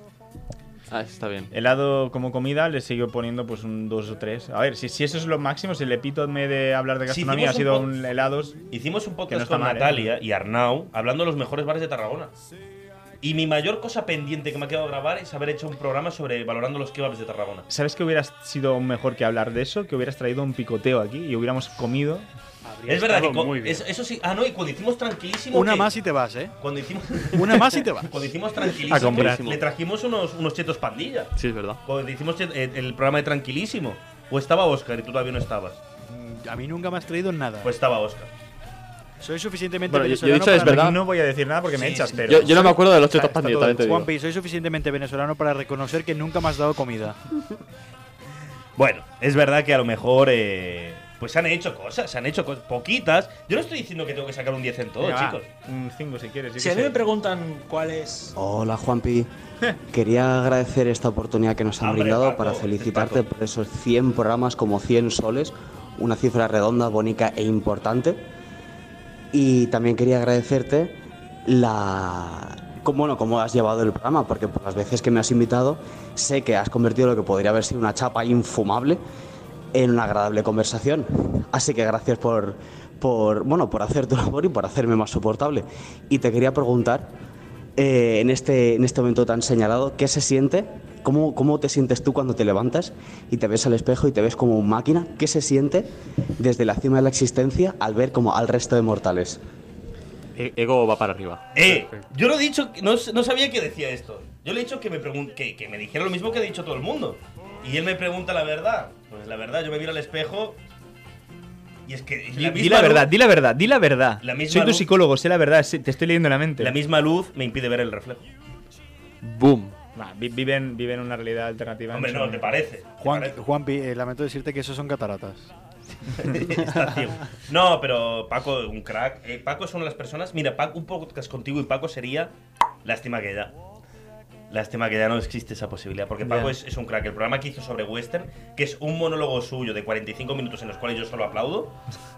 Ah, está bien.
Helado como comida le sigo poniendo pues un 2 o 3. A ver, si, si eso es lo máximo, si el epítome de hablar de
Si
gastronomía
hicimos
ha sido
un
un helados.
Hicimos
que
un
no
podcast
está
con
mal, ¿eh?
Natalia y Arnau hablando de los mejores bares de Tarragona. Y mi mayor cosa pendiente que me ha quedado grabar es haber hecho un programa sobre valorando los kebabs de Tarragona.
¿Sabes que hubieras sido mejor que hablar de eso? Que hubieras traído un picoteo aquí y hubiéramos comido.
es verdad que co- es- eso sí. Ah, no, y cuando hicimos tranquilísimo.
Una
que-
más y te vas, ¿eh?
Cuando hicimos.
Una más y te vas.
Cuando hicimos tranquilísimo.
A comprar.
Le trajimos unos, unos chetos pandilla.
Sí, es verdad.
Cuando hicimos chet- eh, el programa de tranquilísimo. O estaba Oscar y tú todavía no estabas.
A mí nunca me has traído nada.
Pues estaba Oscar.
Soy suficientemente
Bueno, yo- yo he
venezolano
dicho es
para-
verdad.
No voy a decir nada porque me
Sí,
echas,
sí.
pero.
Yo- yo no me acuerdo de los
Está-
chetos
está
pandit,
todo
también te
dicho.
digo.
Juanpi, soy suficientemente venezolano para reconocer que nunca me has dado comida.
Bueno, es verdad que a lo mejor. eh, pues se han hecho cosas, se han hecho cosas. Poquitas. Yo no estoy diciendo que tengo que sacar un 10 en todo,
Venga, va,
chicos.
Un 5 si quieres. yo
Si
qué
a mí
sé.
me preguntan cuál es.
Hola Juanpi, quería agradecer esta oportunidad que nos han
Hombre,
brindado
Paco,
para
este
felicitarte por esos 100 programas como 100 soles, una cifra redonda, bonita e importante. Y también quería agradecerte la... Cómo, bueno, cómo has llevado el programa, porque por las veces que me has invitado sé que has convertido lo que podría haber sido una chapa infumable en una agradable conversación. Así que gracias por, por, bueno, por hacer tu labor y por hacerme más soportable. Y te quería preguntar, eh, en, este, en este momento tan señalado, ¿qué se siente? ¿Cómo, ¿Cómo te sientes tú cuando te levantas y te ves al espejo y te ves como una máquina? ¿Qué se siente desde la cima de la existencia al ver como al resto de mortales?
E- Ego va para arriba.
Eh, yo no he dicho, no, no sabía que decía esto. Yo le he dicho que me, pregun- que, que me dijera lo mismo que ha dicho todo el mundo. Y él me pregunta la verdad. Pues la verdad, yo me miro al espejo. Y es que.
Di, di la verdad,
luz-
di la verdad, di la verdad.
La misma
Soy tu
luz-
psicólogo, sé la verdad, sé- te estoy leyendo la mente.
la misma luz me impide ver el reflejo.
Boom.
Nah, vi- viven, viven una realidad alternativa.
Hombre,
son-
no, ¿te parece?
Juan, Juanpi, eh, lamento decirte que esos son cataratas.
Está ciego. No, pero Paco, un crack. Eh, Paco es una de las personas. Mira, Paco, un podcast contigo y Paco sería. Lástima que ya. Lástima que ya no existe esa posibilidad. Porque Paco
Ya.
es, es un crack. El programa que hizo sobre Western, que es un monólogo suyo de 45 minutos en los cuales yo solo aplaudo.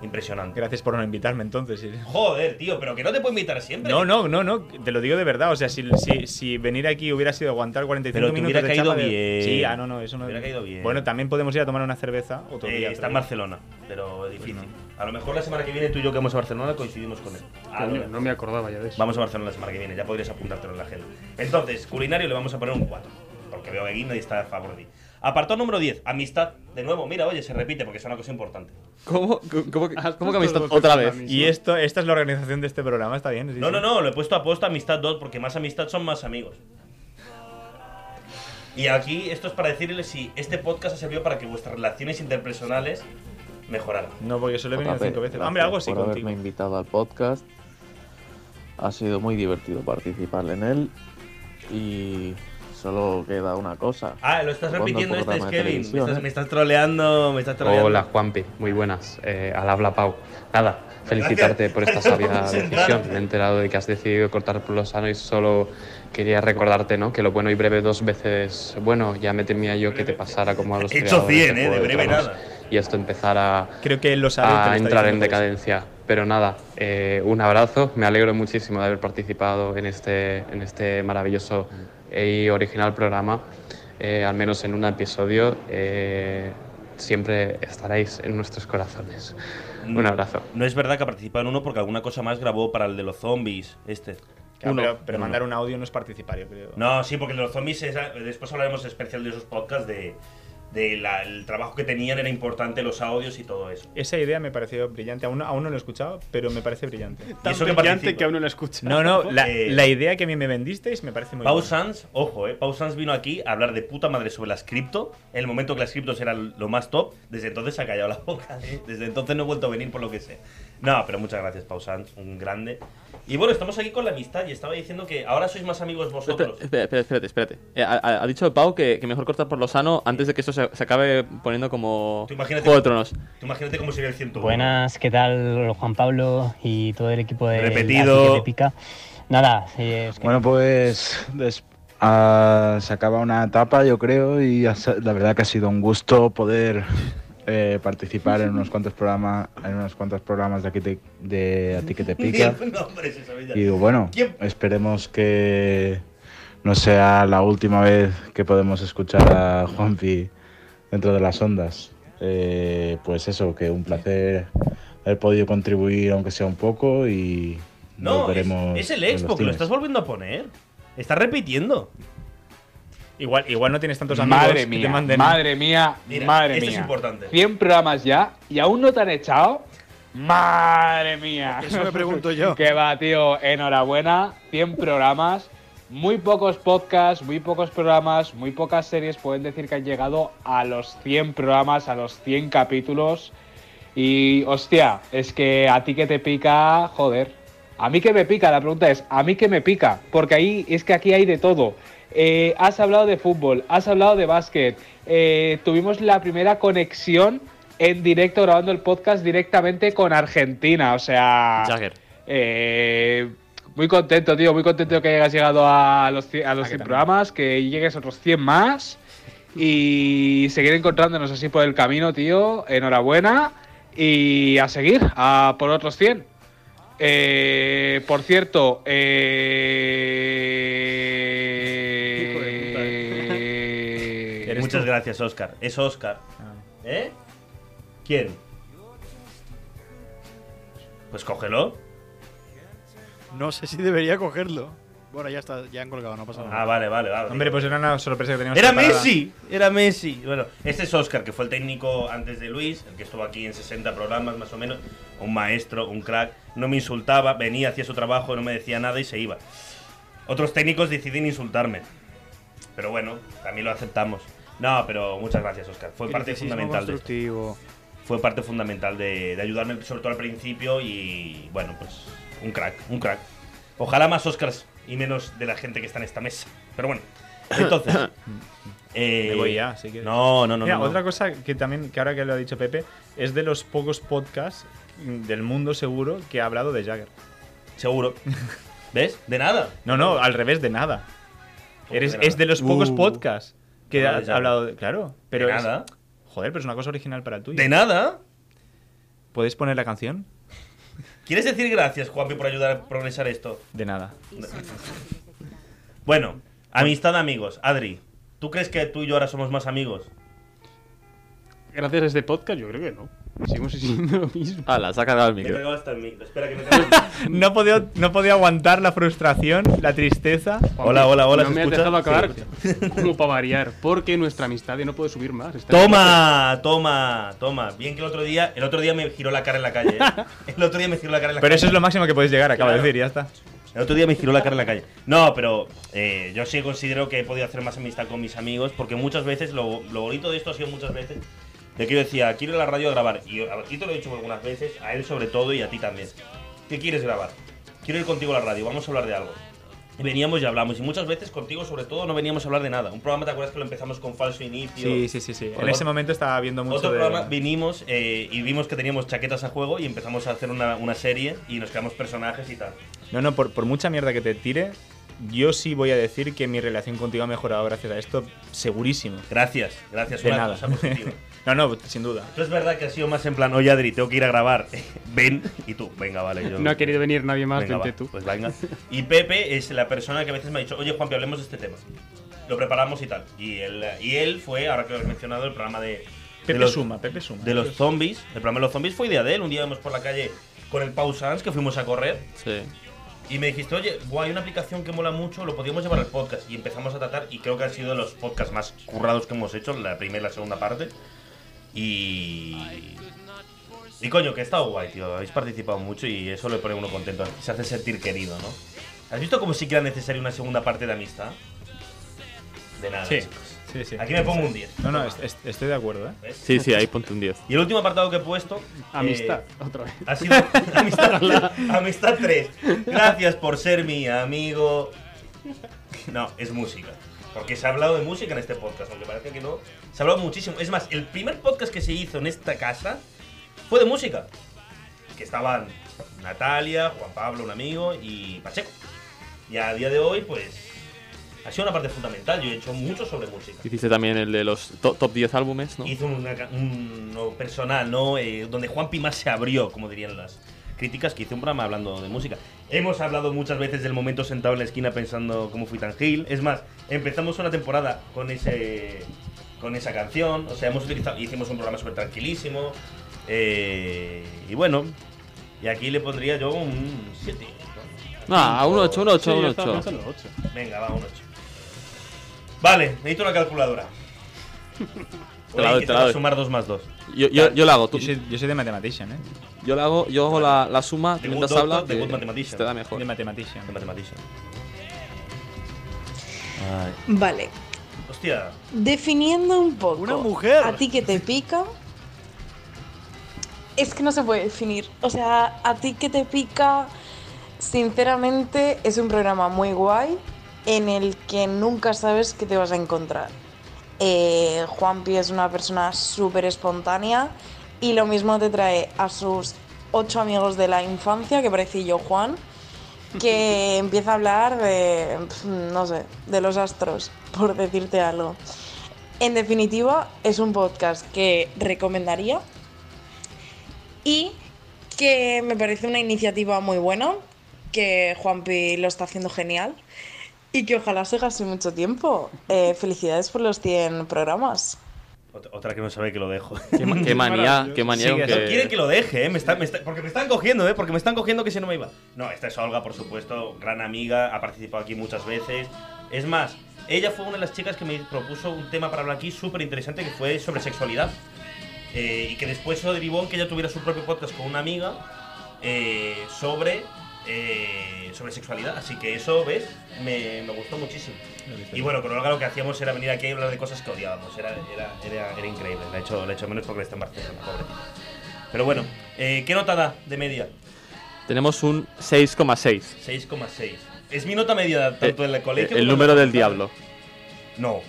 Impresionante.
Gracias por no invitarme entonces.
Joder, tío, pero que no te puedo invitar siempre.
No, no, no, no, te lo digo de verdad. O sea, si, si, si venir aquí hubiera sido aguantar 45
Pero te
minutos.
hubiera
de
caído
chapa de-
bien.
Sí, ah, no, no, eso no.
Hubiera caído bien.
Bueno, también podemos ir a tomar una cerveza otro
Eh,
día.
está
pero- Pues
en Barcelona, pero difícil. A lo mejor la semana que viene tú y yo que vamos a Barcelona coincidimos con él.
Coño,
no me acordaba ya de eso. Vamos a Barcelona la semana que viene, ya podrías apuntártelo en la agenda. Entonces, culinario le vamos a poner un 4, porque veo que aquí nadie está a favor de mí. Apartado número 10, amistad. De nuevo, mira, oye, se repite porque es una cosa importante.
¿Cómo, cómo, cómo que
Todo
amistad
lo que
otra
es la
vez?
misma. Y esto, esta es la organización de este programa, está bien. sí,
No,
sí.
no, no, lo he puesto a posta amistad 2 porque más amistad son más amigos. Y aquí esto es para decirles si este podcast ha servido para que vuestras relaciones interpersonales mejoraran.
No, porque solo he venido
JP,
cinco veces.
gracias
Hombre, algo sí
por haberme
contigo.
invitado al podcast. Ha sido muy divertido participar en él. Y solo queda una cosa.
Ah, lo estás
¿Cuándo
repitiendo,
el
este es
programa de
Kevin. Me
televisión,
estás,
eh?
me estás troleando, me estás troleando.
Hola Juanpi, muy buenas. Eh, al habla Pau. Nada, felicitarte por esta sabia decisión. Me he enterado de que has decidido cortar por lo sano y solo quería recordarte, ¿no? Que lo bueno y breve dos veces bueno. Ya me temía yo que te pasara como a los
He hecho
creadores
100, ¿eh?
Juego
De breve
Tronos
nada.
Y esto empezara
Creo que él lo sabe. te lo
a
está
Ah, entrar en
diciendo.
decadencia. Pero nada, eh, un abrazo. Me alegro muchísimo de haber participado en este, en este maravilloso y original programa, eh, al menos en un episodio. eh, siempre estaréis en nuestros corazones. Un abrazo.
No es verdad que ha participado en uno porque alguna cosa más grabó para el de los zombies, este.
Claro, pero pero
Uno.
mandar un audio no es participar, yo creo.
No, sí, porque el de los zombies, es- después hablaremos especial de esos podcasts, de, de la- el trabajo que tenían, era importante los audios y todo eso.
Esa idea me pareció brillante. Aún, aún no lo he escuchado, pero me parece brillante.
Tan eso que brillante participa. que aún
no lo escuchas. No, no, la,
Eh,
la idea que a mí me vendisteis me parece muy
Pau
buena.
Sanz, ojo, eh, Pau Sanz vino aquí a hablar de puta madre sobre las cripto, en el momento que las criptos eran lo más top, desde entonces se ha callado la boca, eh. desde entonces no he vuelto a venir por lo que sé. No, pero muchas gracias Pau Sanz, un grande. Y bueno, estamos aquí con la amistad y estaba diciendo que ahora sois más amigos vosotros.
Espera, espera, espérate, espérate. Eh, ha, ha- ha dicho Pau que, que mejor cortar por lo sano antes de que esto se, se acabe poniendo como
Tú imagínate,
Juego de Tronos.
tú imagínate cómo sería el 101.
Buenas, ¿qué tal Juan Pablo y todo el equipo de
Repetido.
Así que te pica? Nada, eh, os
Bueno, pues des- ah, se acaba una etapa, yo creo, y ha sa- la verdad que ha sido un gusto poder eh, participar en unos cuantos programas, en unos cuantos programas de aquí te- de a ti que te pica.
No, hombre, se sabe ya.
Y bueno,
¿Quién?
esperemos que no sea la última vez que podemos escuchar a Juanpi dentro de las ondas. Eh, pues eso, que un placer haber podido contribuir, aunque sea un poco, y nos
No, es,
veremos
es el
en
Expo,
los
que lo
cines.
estás volviendo a poner. Estás repitiendo.
Igual, igual no tienes tantos amigos
Madre
que
mía,
te manden.
madre mía,
Mira,
madre
esto es
mía.
importante.
100 programas ya y aún no te han echado. Madre mía.
Eso me pregunto yo.
que va, tío, enhorabuena. 100 programas, muy pocos podcasts, muy pocos programas, muy pocas series pueden decir que han llegado a los 100 programas, a los 100 capítulos. Y hostia, es que a ti que te pica, joder. A mí que me pica, la pregunta es, ¿a mí que me pica? Porque ahí es que aquí hay de todo. Eh, has hablado de fútbol, has hablado de básquet. eh, tuvimos la primera conexión en directo grabando el podcast directamente con Argentina. O sea.
Jagger.
eh, muy contento, tío. Muy contento que hayas llegado a los, cien- a los 100 programas, que llegues a otros 100 más. Y seguir encontrándonos así por el camino, tío. Enhorabuena. Y a seguir, a por otros 100. Eh, por cierto, eh,
Muchas gracias, Oscar. Es Oscar.
Ah.
¿Eh? ¿Quién? Pues cógelo.
No sé si debería cogerlo. Bueno, ya está, ya han colgado, no pasa nada.
Ah, vale, vale, vale.
Hombre, pues era una sorpresa que teníamos.
Era
preparada.
Messi, era Messi. Bueno, este es Oscar, que fue el técnico antes de Luis, el que estuvo aquí en 60 programas más o menos. Un maestro, un crack. No me insultaba, venía, hacía su trabajo, no me decía nada y se iba. Otros técnicos deciden insultarme. Pero bueno, también lo aceptamos. No, pero muchas gracias, Oscar. Fue parte
Criticismo
fundamental de esto.
constructivo.
Fue parte fundamental de, de ayudarme, sobre todo al principio. Y bueno, pues un crack, un crack. Ojalá más Oscars y menos de la gente que está en esta mesa. Pero bueno, entonces. eh,
Me voy ya, si quieres.
No, no, no.
Mira,
no, no.
otra cosa que también, que ahora que lo ha dicho Pepe, es de los pocos podcasts del mundo seguro que ha hablado de Jagger.
Seguro. ¿Ves? De nada.
No, no, al revés, de nada.
¿Cómo
Eres,
de nada?
es de los pocos
Uh.
podcasts que
Habla
ha
de Jagger.
hablado de. Claro, pero.
De
es-
nada.
Joder, pero es una cosa original para el tuyo.
De nada.
¿Podéis poner la canción?
¿Quieres decir gracias, Juanpi, por ayudar a progresar esto?
De nada.
Bueno, amistad, amigos. Adri, ¿tú crees que tú y yo ahora somos más amigos?
Gracias a este podcast, yo creo que no. Seguimos haciendo lo mismo.
Ala, se ha cargado el
Me he
micro.
tragado hasta el micro. Espera que me traigo.
No podía, no podía aguantar la frustración, la tristeza.
Hola, hola, hola,
No
¿se
me has
escucha?
dejado acabar
Se
como para variar, porque nuestra amistad ya no puede subir más. Está-
Toma, toma, toma. Bien que el otro día, el otro día me giró la cara en la calle. ¿eh? El otro día me giró la cara en la
Pero
calle.
eso es lo máximo que podéis llegar, acaba
Claro.
de decir, ya está.
El otro día me giró la cara en la calle. No, pero eh, yo sí considero que he podido hacer más amistad con mis amigos porque muchas veces, lo, lo bonito de esto ha sido muchas veces, de que yo decía, quiero ir a la radio a grabar. Y yo- a ti te lo he dicho algunas veces, a él sobre todo y a ti también. ¿Qué quieres grabar? Quiero ir contigo a la radio, vamos a hablar de algo. Y veníamos y hablamos. Y muchas veces contigo sobre todo no veníamos a hablar de nada. Un programa, ¿te acuerdas que lo empezamos con falso inicio?
Sí, sí, sí, sí.
Con
En ese momento estaba viendo mucho
otro
de-
programa vinimos eh, y vimos que teníamos chaquetas a juego y empezamos a hacer una, una serie y nos creamos personajes y tal.
No, no, por, por mucha mierda que te tire, yo sí voy a decir que mi relación contigo ha mejorado gracias a esto, segurísimo.
Gracias, gracias.
De
una
nada.
cosa positiva.
no, no, sin duda.
No es verdad que ha sido más en plan, oye Adri, tengo que ir a grabar. Ven y tú, venga, vale. Yo,
No ha querido venir nadie más,
Venga,
vente
va,
tú.
Pues venga. Y Pepe es la persona que a veces me ha dicho, oye Juanpi, hablemos de este tema. Lo preparamos y tal. Y él, y él fue, ahora que lo has mencionado, el programa de. de
Pepe
los-
suma, Pepe suma.
De los zombies. El programa de los zombies fue idea de él. Un día íbamos por la calle con el Pau Sanz, que fuimos a correr.
Sí.
Y me dijiste, oye, guay, hay una aplicación que mola mucho, lo podíamos llevar al podcast. Y empezamos a tratar, y creo que han sido los podcasts más currados que hemos hecho, la primera y la segunda parte. Y. Y coño, que ha estado guay, tío. Habéis participado mucho y eso le pone uno contento. Se hace sentir querido, ¿no? ¿Has visto como si que era necesaria una segunda parte de amistad? De nada,
Sí,
chicos.
sí, sí.
Aquí me pongo un 10.
No, no, est- est- estoy de acuerdo, ¿eh?
Sí, sí, ahí ponte un 10.
Y el último apartado que he puesto.
Amistad,
eh,
otra vez.
Ha sido amistad, amistad 3. Gracias por ser mi amigo. No, es música. Porque se ha hablado de música en este podcast, aunque parece que no. Se ha hablado muchísimo. Es más, el primer podcast que se hizo en esta casa fue de música. Que estaban Natalia, Juan Pablo, un amigo y Pacheco. Y a día de hoy, pues. Ha sido una parte fundamental. Yo he hecho mucho sobre música.
Hiciste también el de los to- top 10 álbumes, ¿no?
Hizo una ca- un no, personal, ¿no? Eh, donde Juan Pima se abrió, como dirían las críticas, que hizo un programa hablando de música. Hemos hablado muchas veces del momento sentado en la esquina pensando cómo fui tan gil. Es más, empezamos una temporada con ese con esa canción. O sea, hemos utilizado, hicimos un programa súper tranquilísimo. Eh, y bueno, y aquí le pondría yo un 7.
No, a un 8, Ah, un 8,
Sí,
un
yo estaba
8.
pensando en 8. Venga, va, un 8. Vale, necesito una calculadora.
Te la doy,
Oye, que
te la doy.
sumar 2 más 2.
Yo, yo, yo la hago, tú.
Yo soy, yo soy de mathematician, ¿eh?
Yo la hago, yo hago la, la suma,
The
tú
good
mientras
doctor,
hablas,
the
que
good mathematician.
te da mejor.
De mathematician. De
mathematician.
Vale.
Hostia.
Definiendo un poco.
Una mujer.
A ti que te pica. es que no se puede definir. O sea, a ti que te pica, sinceramente es un programa muy guay en el que nunca sabes qué te vas a encontrar. Eh, Juanpi es una persona súper espontánea y lo mismo te trae a sus ocho amigos de la infancia, que parecí yo Juan, que empieza a hablar de, pf, no sé, de los astros, por decirte algo. En definitiva, es un podcast que recomendaría y que me parece una iniciativa muy buena, que Juanpi lo está haciendo genial y que ojalá siga así mucho tiempo. Eh, felicidades por los 100 programas.
Ot- Otra que no sabe que lo dejo.
Qué ma- qué manía, qué manía
Sigue,
con que-
No quiere que lo deje, ¿eh? Me está- me está- porque me están cogiendo, ¿eh? Porque me están cogiendo que si no me iba. No, esta es Olga, por supuesto, gran amiga, ha participado aquí muchas veces. Es más, ella fue una de las chicas que me propuso un tema para hablar aquí súper interesante que fue sobre sexualidad. Eh, y que después eso derivó en que ella tuviera su propio podcast con una amiga eh, sobre, eh, sobre sexualidad. Así que eso, ¿ves? Me, me gustó muchísimo. Y bueno, con Olga lo que hacíamos era venir aquí y hablar de cosas que odiábamos. Era, era, era, era increíble. La he, hecho, la he hecho menos porque está en Barcelona, pobre tía. Pero bueno, eh, ¿qué nota da de media?
Tenemos un 6,6.
6,6. Es mi nota media tanto en el colegio
Eh,
como en
El número del diablo.
No.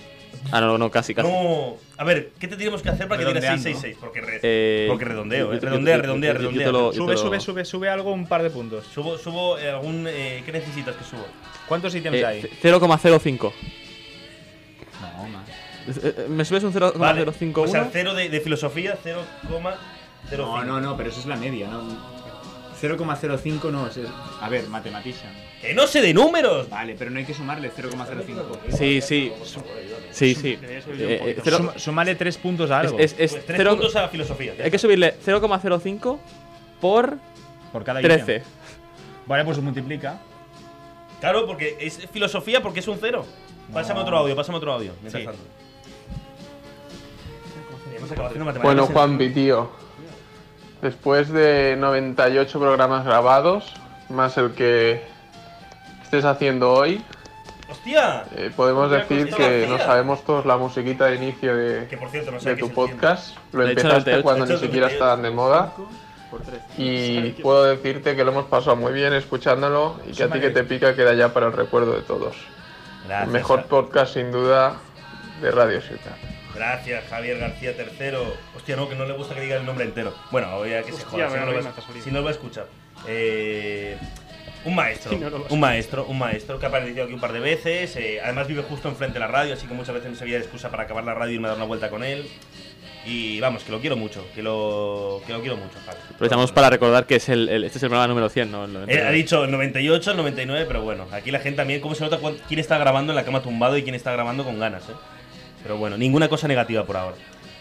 Ah, no, no, casi, casi.
No. A ver, ¿qué tendríamos que hacer para que diera
Redondeando.
666? Porque, re-
Eh,
porque redondeo,
yo-
eh.
yo-
redondea,
yo- yo-
redondea,
yo te
redondea.
lo- yo
Sube, sube, sube, sube algo un par de puntos.
Subo, subo eh, algún. eh, ¿Qué necesitas que subo?
¿Cuántos ítems
Eh,
hay?
c- 0,05.
No, más.
Eh, eh, ¿Me subes un 0,051?
Vale, O sea, 0 de, de filosofía, 0,05.
No, no, no, pero eso es la media, ¿no? 0,05 no, es, es- a ver, matematician.
¡Que no sé de números!
Vale, pero no hay que sumarle 0,05.
Sí, sí. Sí, sí. Eh, eh, cero-
Suma- súmale tres puntos a algo.
Es- es- es Pues tres cero- puntos
a la filosofía.
Hay que subirle 0,05 por,
Por cada ítem.
13.
Vale, pues multiplica.
Claro, porque es filosofía, porque es un cero. Pásame otro audio, pásame otro audio. Mientras tanto. Hemos acabado haciendo matemáticas
Bueno,
en-
Juanpi, tío. Después de 98 programas grabados, más el que estés haciendo hoy,
¡Hostia!
eh, podemos
Hostia,
decir
Cosita
que
García.
nos sabemos todos la musiquita de inicio de,
cierto, no sé
de
qué
tu
es el
podcast. Lo
De hecho,
empezaste
de hecho,
cuando
de
ni
hecho,
siquiera
de-
estaban de moda.
Por tres.
Y puedo decirte que lo hemos pasado muy bien escuchándolo y que a ti que te pica queda ya para el recuerdo de todos.
Gracias, eh.
el mejor
Javi.
podcast sin duda de Radio Ciudad.
Gracias, Javier García tercero. Hostia, no, que no le gusta que diga el nombre entero. Bueno, voy a que se
Hostia,
joda, si
me
no, lo
lo
va,
matas, Oribe.
si no lo va a escuchar. Eh, un maestro,
Si no lo va a
un
escuchar.
maestro, un maestro que ha aparecido aquí un par de veces. eh, además vive justo enfrente de la radio, así que muchas veces me servía de excusa para acabar la radio y irme a dar una vuelta con él. Y vamos, que lo quiero mucho, que lo, que lo quiero mucho, Javi.
Aprovechamos para recordar que es el, el- este es el programa número 100, ¿no? El
Eh,
99.
ha dicho el 98, el 99, pero bueno, aquí la gente también, ¿cómo se nota cuán- quién está grabando en la cama tumbado y quién está grabando con ganas? eh? Pero bueno, ninguna cosa negativa por ahora.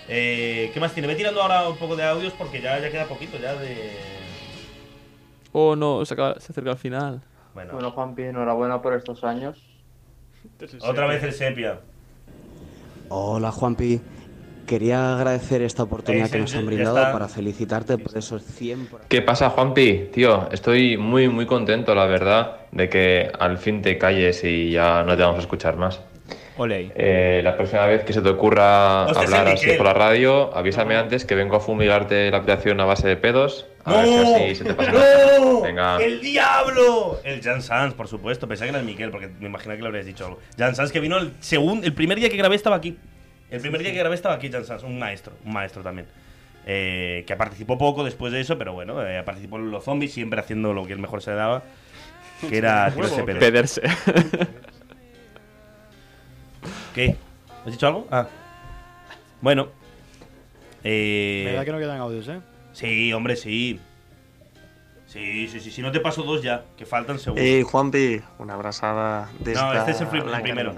Eh, ¿Qué más tiene? Ve tirando ahora un poco de audios porque ya, ya queda poquito, ya de...
Oh, no, se, acaba- se acerca al final.
Bueno,
Juanpi, enhorabuena por estos años.
Otra vez el sepia.
Hola Juanpi, quería agradecer esta oportunidad
Ahí,
que
sí,
nos
sí,
han
ya
brindado
está.
para felicitarte por esos 100 programas.
¿Qué pasa, Juanpi? Tío, estoy muy, muy contento, la verdad, de que al fin te calles y ya no te vamos a escuchar más.
Ole.
Eh, la próxima vez que se te ocurra
Hostia,
hablar
sí,
así
Miquel.
por la radio, avísame antes que vengo a fumigarte la habitación a base de pedos. A ver si así se te pasa.
¡No!
Venga.
¡El diablo! El Jan Sanz, por supuesto. Pensaba que era el Miquel, porque me imaginaba que le habrías dicho algo. Jan Sanz que vino el, segun- el primer día que grabé estaba aquí. El primer día que grabé estaba aquí Jan Sanz, un maestro, un maestro también. Eh, que participó poco después de eso, pero bueno, eh, participó en los zombies, siempre haciendo lo que el mejor se daba, que era tirarse pedos.
Pederse.
¿Qué? ¿Has dicho algo? Ah. Bueno. Eh,
¿Verdad que no quedan audios, eh?
Sí, hombre, sí. Sí, sí, sí. Si no te paso dos ya, que faltan seguro.
Eh,
Ey, Eh, Juanpi, una abrazada desde
No, este es el flip- el primero.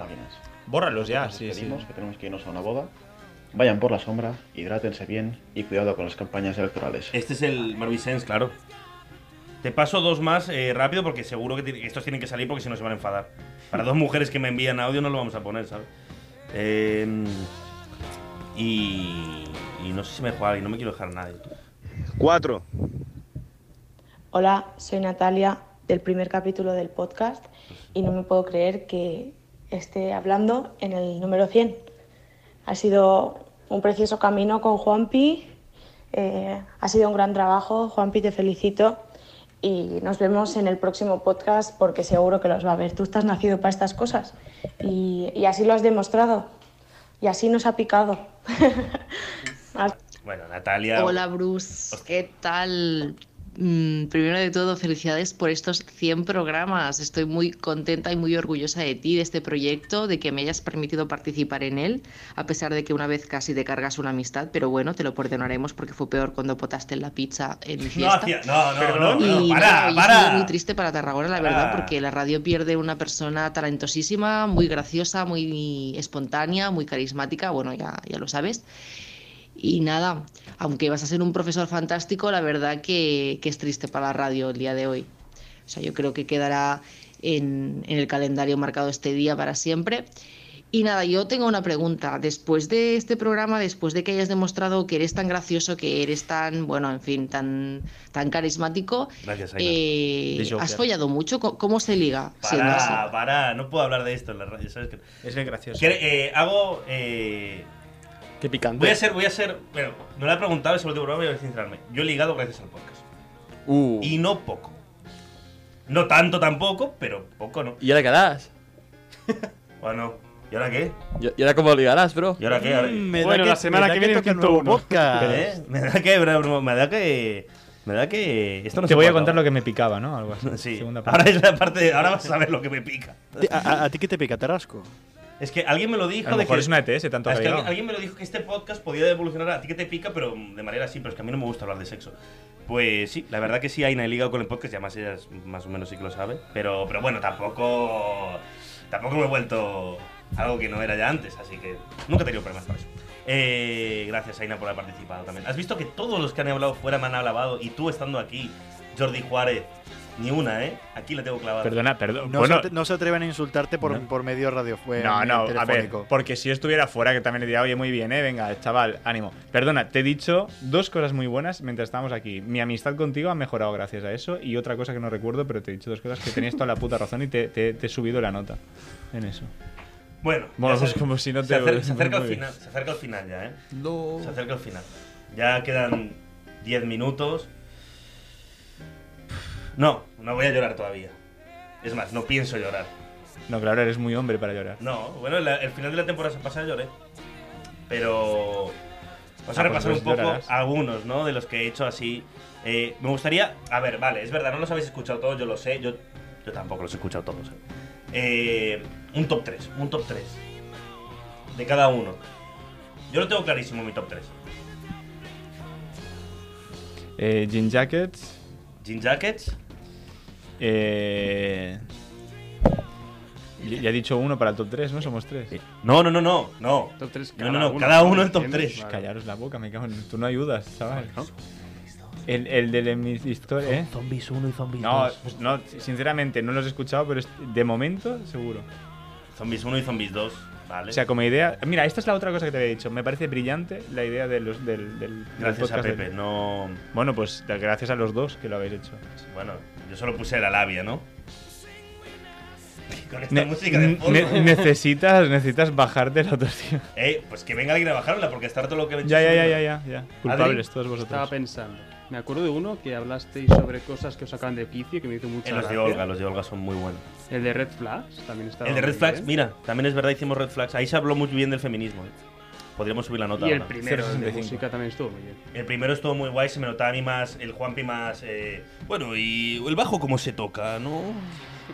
Bórralos ya,
sí, pedimos que tenemos que irnos a una boda. Vayan por la sombra, hidrátense bien y cuidado con las campañas electorales.
Este es el Marvisens, claro. Te paso dos más eh, rápido porque seguro que ti- estos tienen que salir porque si no se van a enfadar. Para dos mujeres que me envían audio no lo vamos a poner, ¿sabes? Eh, y, y no sé si me juega y no me quiero dejar a nadie.
Cuatro.
Hola, soy Natalia del primer capítulo del podcast y no me puedo creer que esté hablando en el número 100. Ha sido un precioso camino con Juanpi Eh, ha sido un gran trabajo, Juanpi, te felicito y nos vemos en el próximo podcast porque seguro que los va a ver. Tú estás nacido para estas cosas y, y así lo has demostrado y así nos ha picado.
Bueno, Natalia.
Hola Bruce, ¿qué tal? Mm, primero de todo, felicidades por estos 100 programas. Estoy muy contenta y muy orgullosa de ti, de este proyecto, de que me hayas permitido participar en él, a pesar de que una vez casi te cargas una amistad, pero bueno, te lo perdonaremos porque fue peor cuando potaste la pizza en mi
No,
fiesta.
tía, no, no, no,
Y
no,
nada,
para,
hoy es un día
para.
muy triste para Tarragona, la
Para.
verdad, porque la radio pierde una persona talentosísima, muy graciosa, muy espontánea, muy carismática, bueno, ya, ya lo sabes. Y nada, aunque vas a ser un profesor fantástico, la verdad que, que es triste para la radio el día de hoy. O sea, yo creo que quedará en, en el calendario marcado este día para siempre. Y nada, yo tengo una pregunta. Después de este programa, después de que hayas demostrado que eres tan gracioso, que eres tan, bueno, en fin, tan, tan carismático,
Gracias, Aina.
eh,
De Joker.
¿has follado mucho? ¿Cómo- ¿Cómo se liga siendo así?
Para, para, no puedo hablar de esto en la radio, ¿sabes? Que...
Es bien gracioso.
hago. eh,
Qué picante.
Voy a ser, voy a ser. Bueno, no lo he preguntado, es el último programa, voy a centrarme. Yo he ligado gracias al podcast.
Uh.
Y no poco. No tanto tampoco, pero poco no.
¿Y ahora qué harás?
Bueno, ¿y ahora qué?
¿Y y ahora cómo ligarás, bro? Mm,
¿Y ahora qué? Ahora-
Bueno, la semana que viene
toca nuevo
101.
podcast.
¿Eh? Me da que, bro, me da que. Me da que. Esto no
Te
se
voy a
corta,
contar
¿no?
lo que me picaba, ¿no? Algo así.
Sí.
Segunda parte.
Ahora es la parte. Ahora vas a saber lo que me pica.
¿A, a- a ti qué te pica, Tarasco?
Es que alguien me lo dijo.
A lo
de
mejor
que-
es una ETS, tanto
Ah, es
que
que
ha
alguien,
llegado.
alguien me lo dijo que este podcast podía evolucionar a ti que te pica, pero de manera así. Pero es que a mí no me gusta hablar de sexo. Pues sí, la verdad que sí, Aina he ligado con el podcast. Y además ella es- más o menos sí que lo sabe. Pero, pero bueno, tampoco. Tampoco me he vuelto algo que no era ya antes. Así que nunca he tenido problemas con eso. Eh, gracias, Aina, por haber participado también. ¿Has visto que todos los que han hablado fuera me han alabado? Y tú estando aquí, Jordi Juárez, ni una, ¿eh? Aquí la tengo clavada.
Perdona, perdón.
No,
bueno,
se, at- no se atreven a insultarte por, por medio radio fue-
no, no, a ver,
telefónico.
porque si yo estuviera fuera, que también le diría, oye, muy bien, eh, venga, chaval, ánimo. Perdona, te he dicho dos cosas muy buenas mientras estábamos aquí. Mi amistad contigo ha mejorado gracias a eso y otra cosa que no recuerdo, pero te he dicho dos cosas que tenías toda la puta razón y te, te- te he subido la nota en eso.
Bueno,
Bueno,
ya
pues
se-
como si no
se
te-
acer- se
muy
acerca, al
bien.
final, se acerca al final ya, ¿eh? Se acerca al final. Ya quedan 10 minutos. No, no voy a llorar todavía. Es más, no pienso llorar.
No, claro, eres muy hombre para llorar.
No, bueno, la- el final de la temporada pasada lloré. Pero. Vamos a
Ah, pues
repasar un
entonces
poco
llorarás.
algunos, ¿no? De los que he hecho así. Eh, me gustaría. A ver, vale, es verdad, no los habéis escuchado todos, yo lo sé. Yo, yo tampoco los he escuchado todos. ¿eh? Eh, un top 3, un top 3. De cada uno. Yo lo tengo clarísimo, mi top 3.
Eh, jean jackets.
Jean jackets.
Eh, ya ya he dicho uno para el top 3, ¿no? Somos tres.
Eh, No, no, no, no. No,
Top tres,
no,
cada
no, no,
uno,
cada uno
¿no?
el top
¿Entiendes?
3.
Vale. Callaros la boca, me cago en. Tú no ayudas, chaval. El, el de mis historias, ¿eh?
Zombies 1 y Zombies
No,
2.
pues no, sinceramente no los he escuchado, pero es- de momento seguro.
Zombies 1 y Zombies 2, ¿vale?
O sea, como idea. Mira, esta es la otra cosa que te había dicho. Me parece brillante la idea de los, del, del- del
Gracias a
podcast del-
Pepe, no.
Bueno, pues gracias a los dos que lo habéis hecho.
Bueno, yo solo puse la labia, ¿no? Con esta
Ne-
música de
ne-
fondo.
necesitas, necesitas bajarte la autoestima.
Eh, pues que venga alguien a bajarla, porque estar todo lo que he hecho.
Ya, ya,
es
ya,
una-
ya, ya, ya. Culpables todos vosotros.
Estaba pensando. Me acuerdo de uno que hablasteis sobre cosas que os sacan de quicio que me hizo mucha
Eh, los de
gracia.
Olga, los de Olga son muy buenos.
El de Red Flags también estaba.
El de
muy
Red Flags,
bien.
mira, también es verdad, hicimos Red Flags. Ahí se habló muy bien del feminismo. eh. Podríamos subir la nota.
Y el
ahora.
primero, el de música también estuvo muy bien.
El primero estuvo muy guay, se me notaba a mí más, el Juanpi más. eh, bueno, y el bajo cómo se toca, ¿no?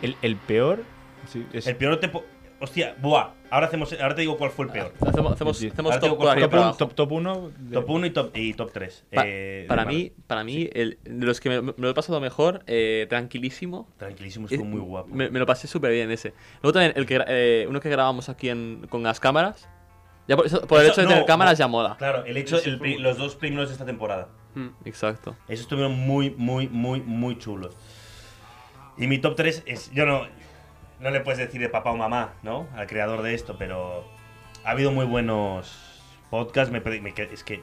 El, el peor. sí, es-
El peor te. po- Hostia, buah. Ahora, hacemos, ahora te digo cuál fue el peor.
Ah, Hacemos, hacemos, hacemos
Ahora te digo cuál
top por
fue
arriba
el
y para
peor.
abajo.
Top 1.
Top 1 y top, y top 3.
Pa-
Eh,
para mí, para mí el- de los que me, me lo he pasado mejor, eh, tranquilísimo.
Tranquilísimo estuvo
Eh,
muy guapo.
Me, me lo pasé súper bien ese. Luego también el que, gra- eh, uno que grabamos aquí en- con las cámaras. Ya por, eso- por el
Eso-
hecho de
no,
tener cámaras
no.
ya mola.
Claro, el hecho,
Ese
el
fue
pri-
muy-
los dos primeros de esta temporada.
Hmm. Exacto.
Esos estuvieron muy, muy, muy, muy chulos. Y mi top 3 es. Yo no. No le puedes decir de papá o mamá, ¿no? Al creador de esto, pero. Ha habido muy buenos podcasts. Me, perdí- me que- es que.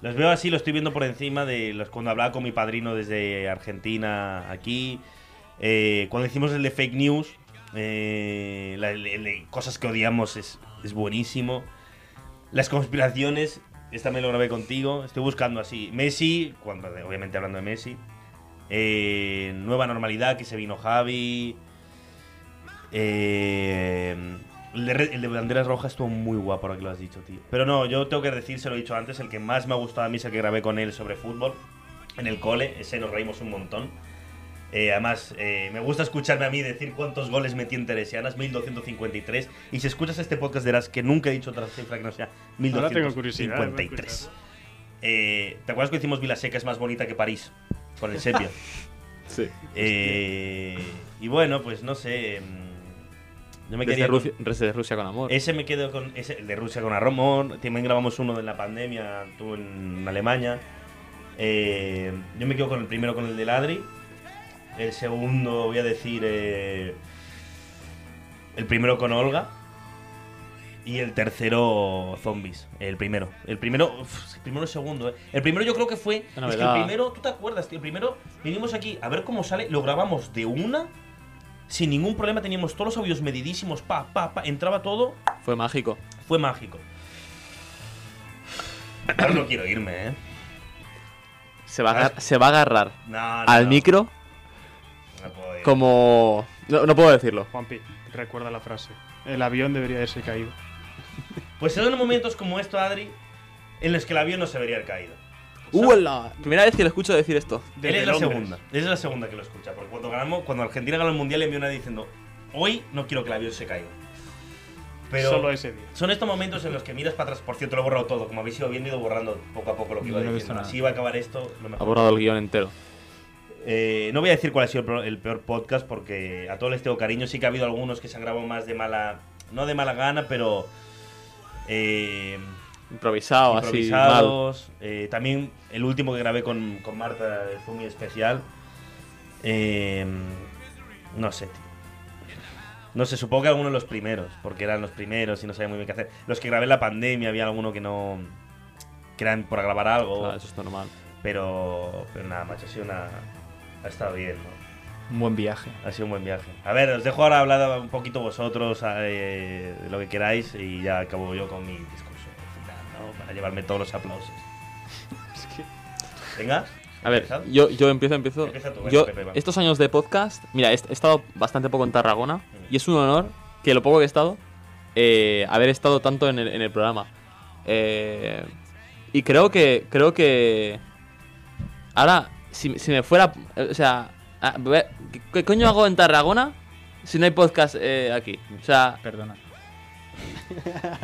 Los veo así, los estoy viendo por encima de los cuando hablaba con mi padrino desde Argentina aquí. Eh, cuando hicimos el de fake news, eh, la- el- el de cosas que odiamos es, es buenísimo. Las conspiraciones Esta me lo grabé contigo. Estoy buscando así. Messi, cuando, obviamente hablando de Messi. Eh, nueva normalidad que se vino Javi. Eh, el, de, re- el de banderas rojas estuvo muy guapo ahora que lo has dicho, tío. Pero no, yo tengo que decir, se lo he dicho antes, el que más me ha gustado a mí es el que grabé con él sobre fútbol en el cole. Ese nos reímos un montón. Eh, además, eh, me gusta escucharme a mí decir cuántos goles metí en Teresianas, 1253. Y si escuchas este podcast dirás que nunca he dicho otra cifra que no sea
Ahora tengo curiosidad,
1253. Eh, ¿Te acuerdas que hicimos Vilaseca es más bonita que París? Con el sepia.
sí.
Eh, y bueno, pues no sé. mm, Yo me
Desde
quería.
Rusia, desde Rusia con amor.
Ese me quedo con. Ese, el de Rusia con Arromón. También grabamos uno de la pandemia, tú en Alemania. Eh, yo me quedo con el primero, con el de Ladri. El segundo, voy a decir. eh, el primero con Olga. Y el tercero, Zombies. El primero. El primero. uf, el primero y el segundo, eh. El primero yo creo que fue.
Una
es que el
novedad.
primero, tú te acuerdas, tío. El primero vinimos aquí a ver cómo sale. Lo grabamos de una. Sin ningún problema teníamos todos los audios medidísimos. Pa, pa, pa. Entraba todo.
Fue mágico.
Fue mágico. Ahora no quiero irme, eh.
Se va a, agar- se va a agarrar
No, no,
al
no.
micro
No puedo ir.
como... No, no puedo decirlo.
Juanpi, recuerda la frase. El avión debería haberse caído.
Pues se dan momentos como esto, Adri, en los que el avión no se vería haber caído.
¡Uh, la primera vez que le escucho decir esto!
Él es la segunda. Él es la segunda que lo escucha. Porque cuando ganamos, cuando Argentina ganó el mundial, le envió una diciendo: Hoy no quiero que el avión se caiga. Pero
Solo ese día.
Son estos momentos en los que miras para atrás. Por cierto, lo he borrado todo. Como habéis ido viendo, he ido borrando poco a poco lo que
Yo
iba
no he visto
diciendo.
nada.
Así iba a acabar esto. Lo
Ha
mejor.
borrado el guión entero.
Eh, no voy a decir cuál ha sido el pro- el peor podcast porque a todos les tengo cariño. Sí que ha habido algunos que se han grabado más de mala. No de mala gana, pero. eh,
Improvisado,
improvisados. eh, también el último que grabé con, con Marta fue muy especial. Eh, no sé, tío. No sé, supongo que alguno de los primeros, porque eran los primeros y no sabía muy bien qué hacer. Los que grabé en la pandemia, había alguno que no. que eran por grabar algo.
Claro, Ah, eso es normal.
Pero, pero nada, macho, ha sido una. ha estado bien, ¿no?
Un buen viaje.
Ha sido un buen viaje. A ver, os dejo ahora hablar un poquito vosotros eh, de lo que queráis y ya acabo yo con mi discurso final, ¿no? Para llevarme todos los aplausos. Venga.
A ver,
¿empezad?
yo, yo empiezo, empiezo.
Empieza tú, venga,
Yo,
Pepe, va.
estos años de podcast, mira, he, he estado bastante poco en Tarragona
Mm.
y es un honor que lo poco que he estado, eh, haber estado tanto en el, en el programa. Eh, y creo que, creo que, ahora, si, si me fuera, eh, o sea, a ver, ¿qué, qué coño hago en Tarragona si no hay podcast eh, aquí? O sea,
perdona.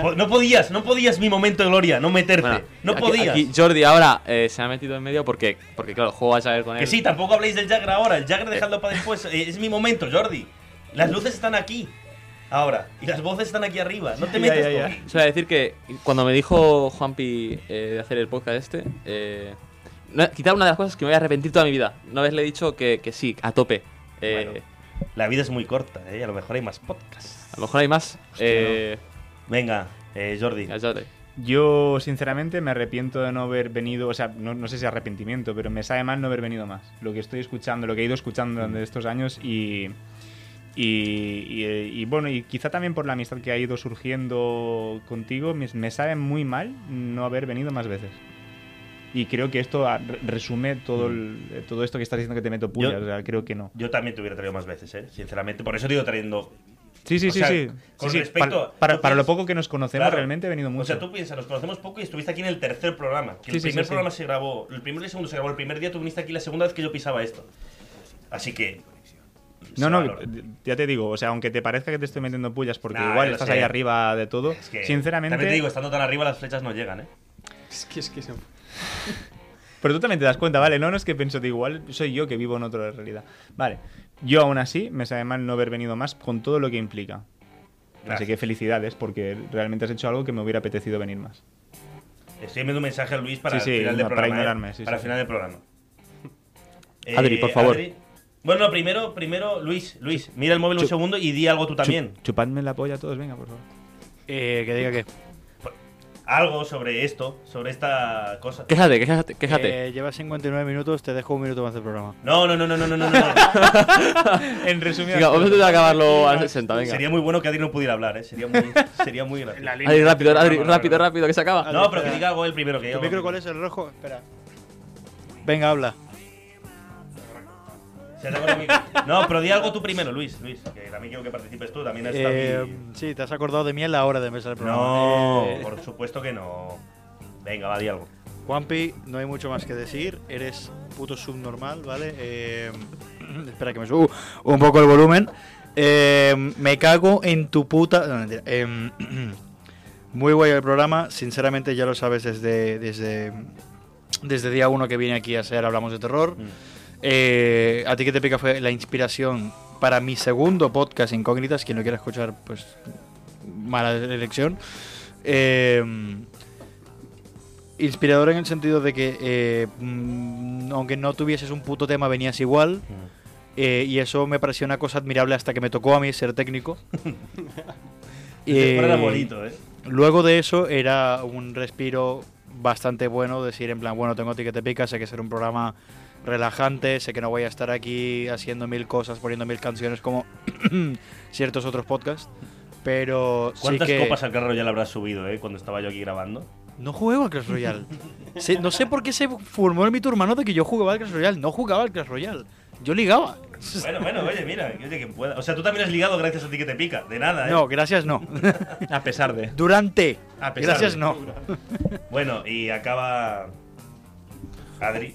Po- No podías, no podías mi momento de gloria, no meterte. no
aquí-
podías.
aquí Jordi ahora eh, se ha metido en medio porque, porque claro, juego a saber con él.
Que sí, tampoco habléis del Jagger ahora. El Jagger dejadlo para después. Eh, Es mi momento, Jordi. Las luces están aquí. Ahora. Y las voces están aquí arriba. No te metas conmigo.
O sea, decir que cuando me dijo Juanpi eh, de hacer el podcast este, eh, no- quizá una de las cosas que me voy a arrepentir toda mi vida, no haberle dicho que, que sí, a tope. Eh,
La vida es muy corta, ¿eh? a lo mejor hay más podcasts.
A lo mejor hay más. eh,
Venga, eh, Jordi.
Yo, sinceramente, me arrepiento de no haber venido, o sea, no, no sé si arrepentimiento, pero me sabe mal no haber venido más. Lo que estoy escuchando, lo que he ido
Mm.
escuchando durante estos años y, y, y, eh, y, bueno, y quizá también por la amistad que ha ido surgiendo contigo, me, me sabe muy mal no haber venido más veces. Y creo que esto ah, re- resume todo, el- eh, todo esto que estás diciendo que te meto puya,
Mm. Yo-
o sea, creo que no.
Yo también te hubiera traído más veces, ¿eh? sinceramente. Por eso te he ido trayendo.
Sí, sí,
O
sí,
sea,
sí.
Con
Sí, sí,
respecto.
para- para-
tú
para lo
piensas-
poco que nos conocemos, realmente he venido
O
mucho.
sea, tú piensas, nos conocemos poco y estuviste aquí en el tercer programa. Que el
Sí, sí,
primer
sí, sí.
programa se grabó, el primer y el segundo se grabó el primer día, tú viniste aquí la segunda vez que yo pisaba esto. Así que.
No, no, ya te digo, o sea, aunque te parezca que te estoy metiendo pullas porque
Nah,
igual
lo
estás
sé.
ahí arriba de todo,
es que
sinceramente...
También te digo, estando tan arriba las flechas no llegan, ¿eh?
Es que es que se-
Pero tú también te das cuenta, vale, no, no es que pienso de igual, soy yo que vivo en otra realidad. Vale, yo aún así me sabe mal no haber venido más con todo lo que implica. Así
Gracias.
que felicidades porque realmente has hecho algo que me hubiera apetecido venir más.
Estoy enviando un mensaje a Luis para
Sí, sí,
el final del
para
programa.
ignorarme,
¿eh?
sí,
para
sí.
el final del programa. Eh,
Adri, por favor.
Bueno, no, primero, primero, Luis, Luis, mira el móvil un
Chu-
segundo y di algo tú también.
Chu- chupadme la polla a todos, venga, por favor.
Eh, que diga que.
algo sobre esto, sobre esta cosa.
Quéjate, quéjate, quéjate.
Eh, llevas 59 minutos, te dejo un minuto más del programa.
No, no, no, no, no, no, no. no.
en resumen,
Venga, vamos a intentar acabarlo al 60, venga.
Sería muy bueno que Adri no pudiera hablar, ¿eh? Sería muy, sería muy gracioso.
Adri, rápido, Adri, rápido, rápido, que se acaba.
No, pero que diga algo el primero que
¿Tu
yo.
micro cuál es? ¿El rojo? Espera. Venga, habla.
Se te corta el micro. No, pero di algo tú primero, Luis. Luis, que también quiero que participes tú. También está
Eh,
mi-
sí, te has acordado de mí en la hora de empezar el programa.
No,
Eh,
por supuesto que no. Venga, va, di algo.
Juanpi, no hay mucho más que decir. Eres puto subnormal, ¿vale? Eh, espera que me subo un poco el volumen. Eh, me cago en tu puta. No, mentira. Eh, muy guay el programa. Sinceramente, ya lo sabes desde, desde, desde día uno que vine aquí a ser Hablamos de Terror. Eh, a ti que te pica fue la inspiración para mi segundo podcast Incógnitas. Quien lo quiera escuchar, pues mala elección. Eh, inspirador en el sentido de que eh, mm, aunque no tuvieses un puto tema venías igual
Mm.
eh, y eso me pareció una cosa admirable hasta que me tocó a mí ser técnico.
Este programa era bonito, ¿eh?
Luego de eso era un respiro bastante bueno, decir en plan, bueno, tengo ti que te pica, sé que será un programa relajante, sé que no voy a estar aquí haciendo mil cosas, poniendo mil canciones como ciertos otros podcasts, pero sí
¿Cuántas
que...
copas al carro ya le habrás subido, eh? Cuando estaba yo aquí grabando.
No juego al Clash Royale. Se- no sé por qué se formó en mi hermano de que yo jugaba al Clash Royale. No jugaba al Clash Royale. Yo ligaba.
Bueno, bueno, oye, mira, oye, quien pueda. O sea, tú también has ligado gracias a ti que te pica. De nada, ¿eh?
No, gracias no.
A pesar de.
Durante.
A pesar
gracias
de.
no.
Bueno, y acaba. Adri.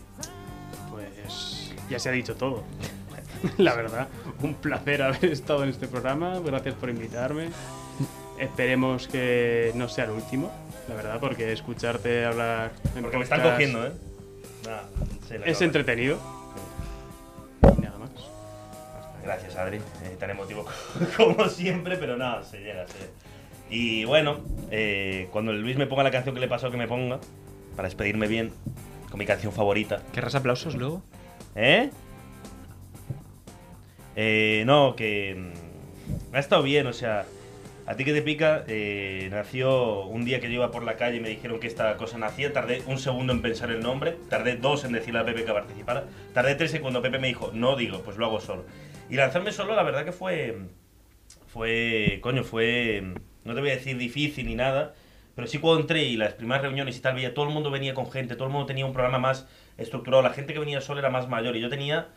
Pues ya se ha dicho todo. La verdad, un placer haber estado en este programa. Gracias por invitarme. Esperemos que no sea el último, la verdad, porque escucharte hablar. en
Porque me están
podcast
cogiendo, ¿eh? Nada, se la
Es
acaba.
entretenido.
Gracias, Adri. Eh, tan emotivo como siempre, pero nada, se llega, se llega. Y bueno, eh, cuando el Luis me ponga la canción que le pasó que me ponga, para despedirme bien, con mi canción favorita.
¿Querrás aplausos luego?
¿Eh? Eh, no, que mm, ha estado bien, o sea, a ti que te pica, eh, nació un día que yo iba por la calle y me dijeron que esta cosa nacía, tardé un segundo en pensar el nombre, tardé dos en decirle a Pepe que participara, tardé tres en cuando Pepe me dijo, no digo, pues lo hago solo. Y lanzarme solo, la verdad que fue, fue, coño, fue, no te voy a decir difícil ni nada, pero sí cuando entré y las primeras reuniones y tal, veía, todo el mundo venía con gente, todo el mundo tenía un programa más estructurado, la gente que venía sola era más mayor y yo tenía,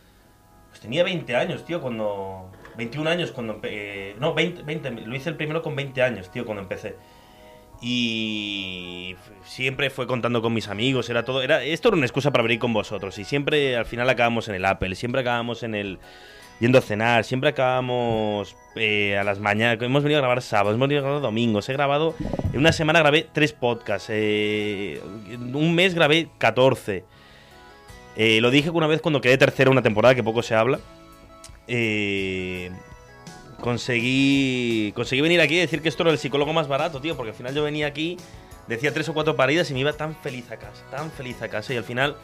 pues tenía 20 años, tío, cuando... 21 años cuando... empe- eh, no, 20, 20, lo hice el primero con 20 años, tío, cuando empecé. Y f- siempre fue contando con mis amigos, era todo... Era, esto era una excusa para abrir con vosotros y siempre al final acabamos en el Apple, siempre acabamos en el... Yendo a cenar, siempre acabamos eh, a las mañanas. Hemos venido a grabar sábados, hemos venido a grabar domingos. He grabado, en una semana grabé tres podcasts. eh, en un mes grabé 14. Eh, lo dije una vez cuando quedé tercero en una temporada que poco se habla. Eh, conseguí, conseguí venir aquí y decir que esto era el psicólogo más barato, tío, porque al final yo venía aquí, decía tres o cuatro paridas y me iba tan feliz a casa, tan feliz a casa. Y al final,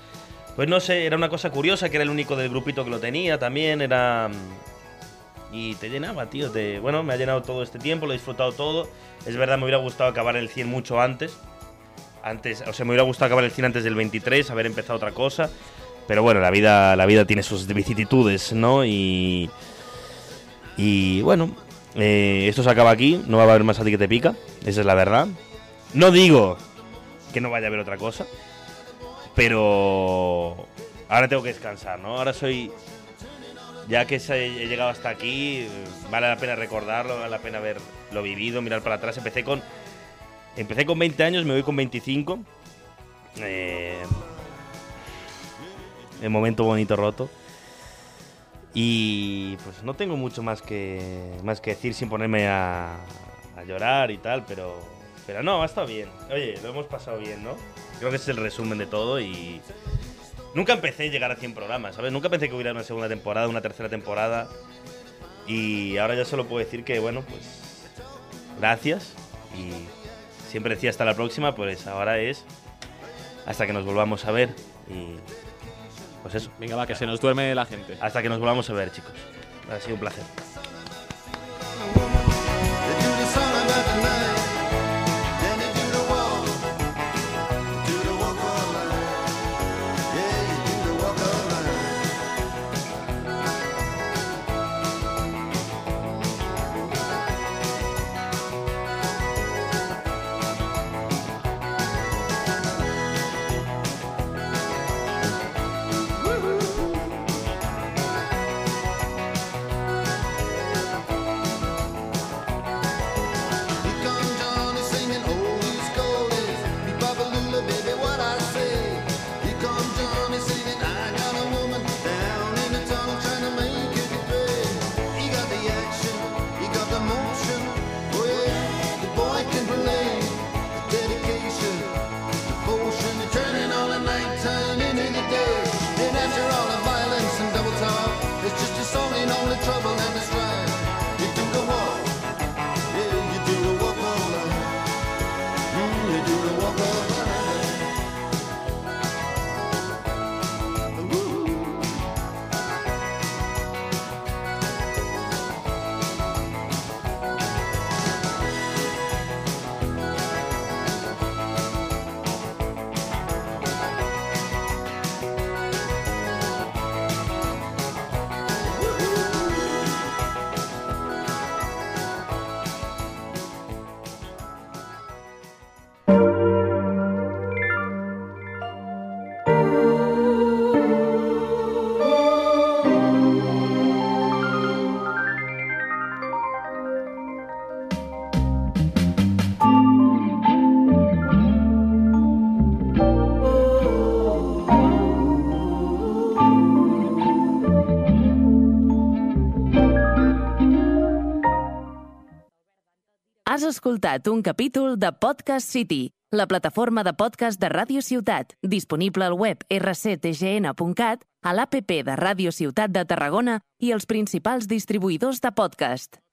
pues no sé, era una cosa curiosa que era el único del grupito que lo tenía también, era. mm, Y te llenaba, tío. Te, bueno, me ha llenado todo este tiempo, lo he disfrutado todo. Es verdad, me hubiera gustado acabar el 100 mucho antes antes, o sea, me hubiera gustado acabar el cine antes del 23, haber empezado otra cosa, pero bueno, la vida, la vida tiene sus vicisitudes, ¿no? Y y bueno, eh, esto se acaba aquí, no va a haber más a ti que te pica, esa es la verdad. No digo que no vaya a haber otra cosa, pero ahora tengo que descansar, ¿no? Ahora soy ya que se- he llegado hasta aquí, eh, vale la pena recordarlo, vale la pena ver lo vivido, mirar para atrás. Empecé con Empecé con 20 años, me voy con 25. Eh, el momento bonito roto. Y pues no tengo mucho más que, más que decir sin ponerme a, a llorar y tal, pero, pero no, ha estado bien. Oye, lo hemos pasado bien, ¿no? Creo que ese es el resumen de todo y... Nunca empecé a llegar a 100 programas, ¿sabes? Nunca pensé que hubiera una segunda temporada, una tercera temporada. Y ahora ya solo puedo decir que, bueno, pues gracias y siempre decía hasta la próxima, pues ahora es hasta que nos volvamos a ver y pues eso.
Venga, va, que se nos duerme la gente.
Hasta que nos volvamos a ver, chicos. Ha sido un placer.
Then you do the wall.
Has escoltat un capítol de Podcast City, la plataforma de podcast de Ràdio Ciutat, disponible al web rctgn.cat, a l'APP de Ràdio Ciutat de Tarragona i els principals distribuïdors de podcast.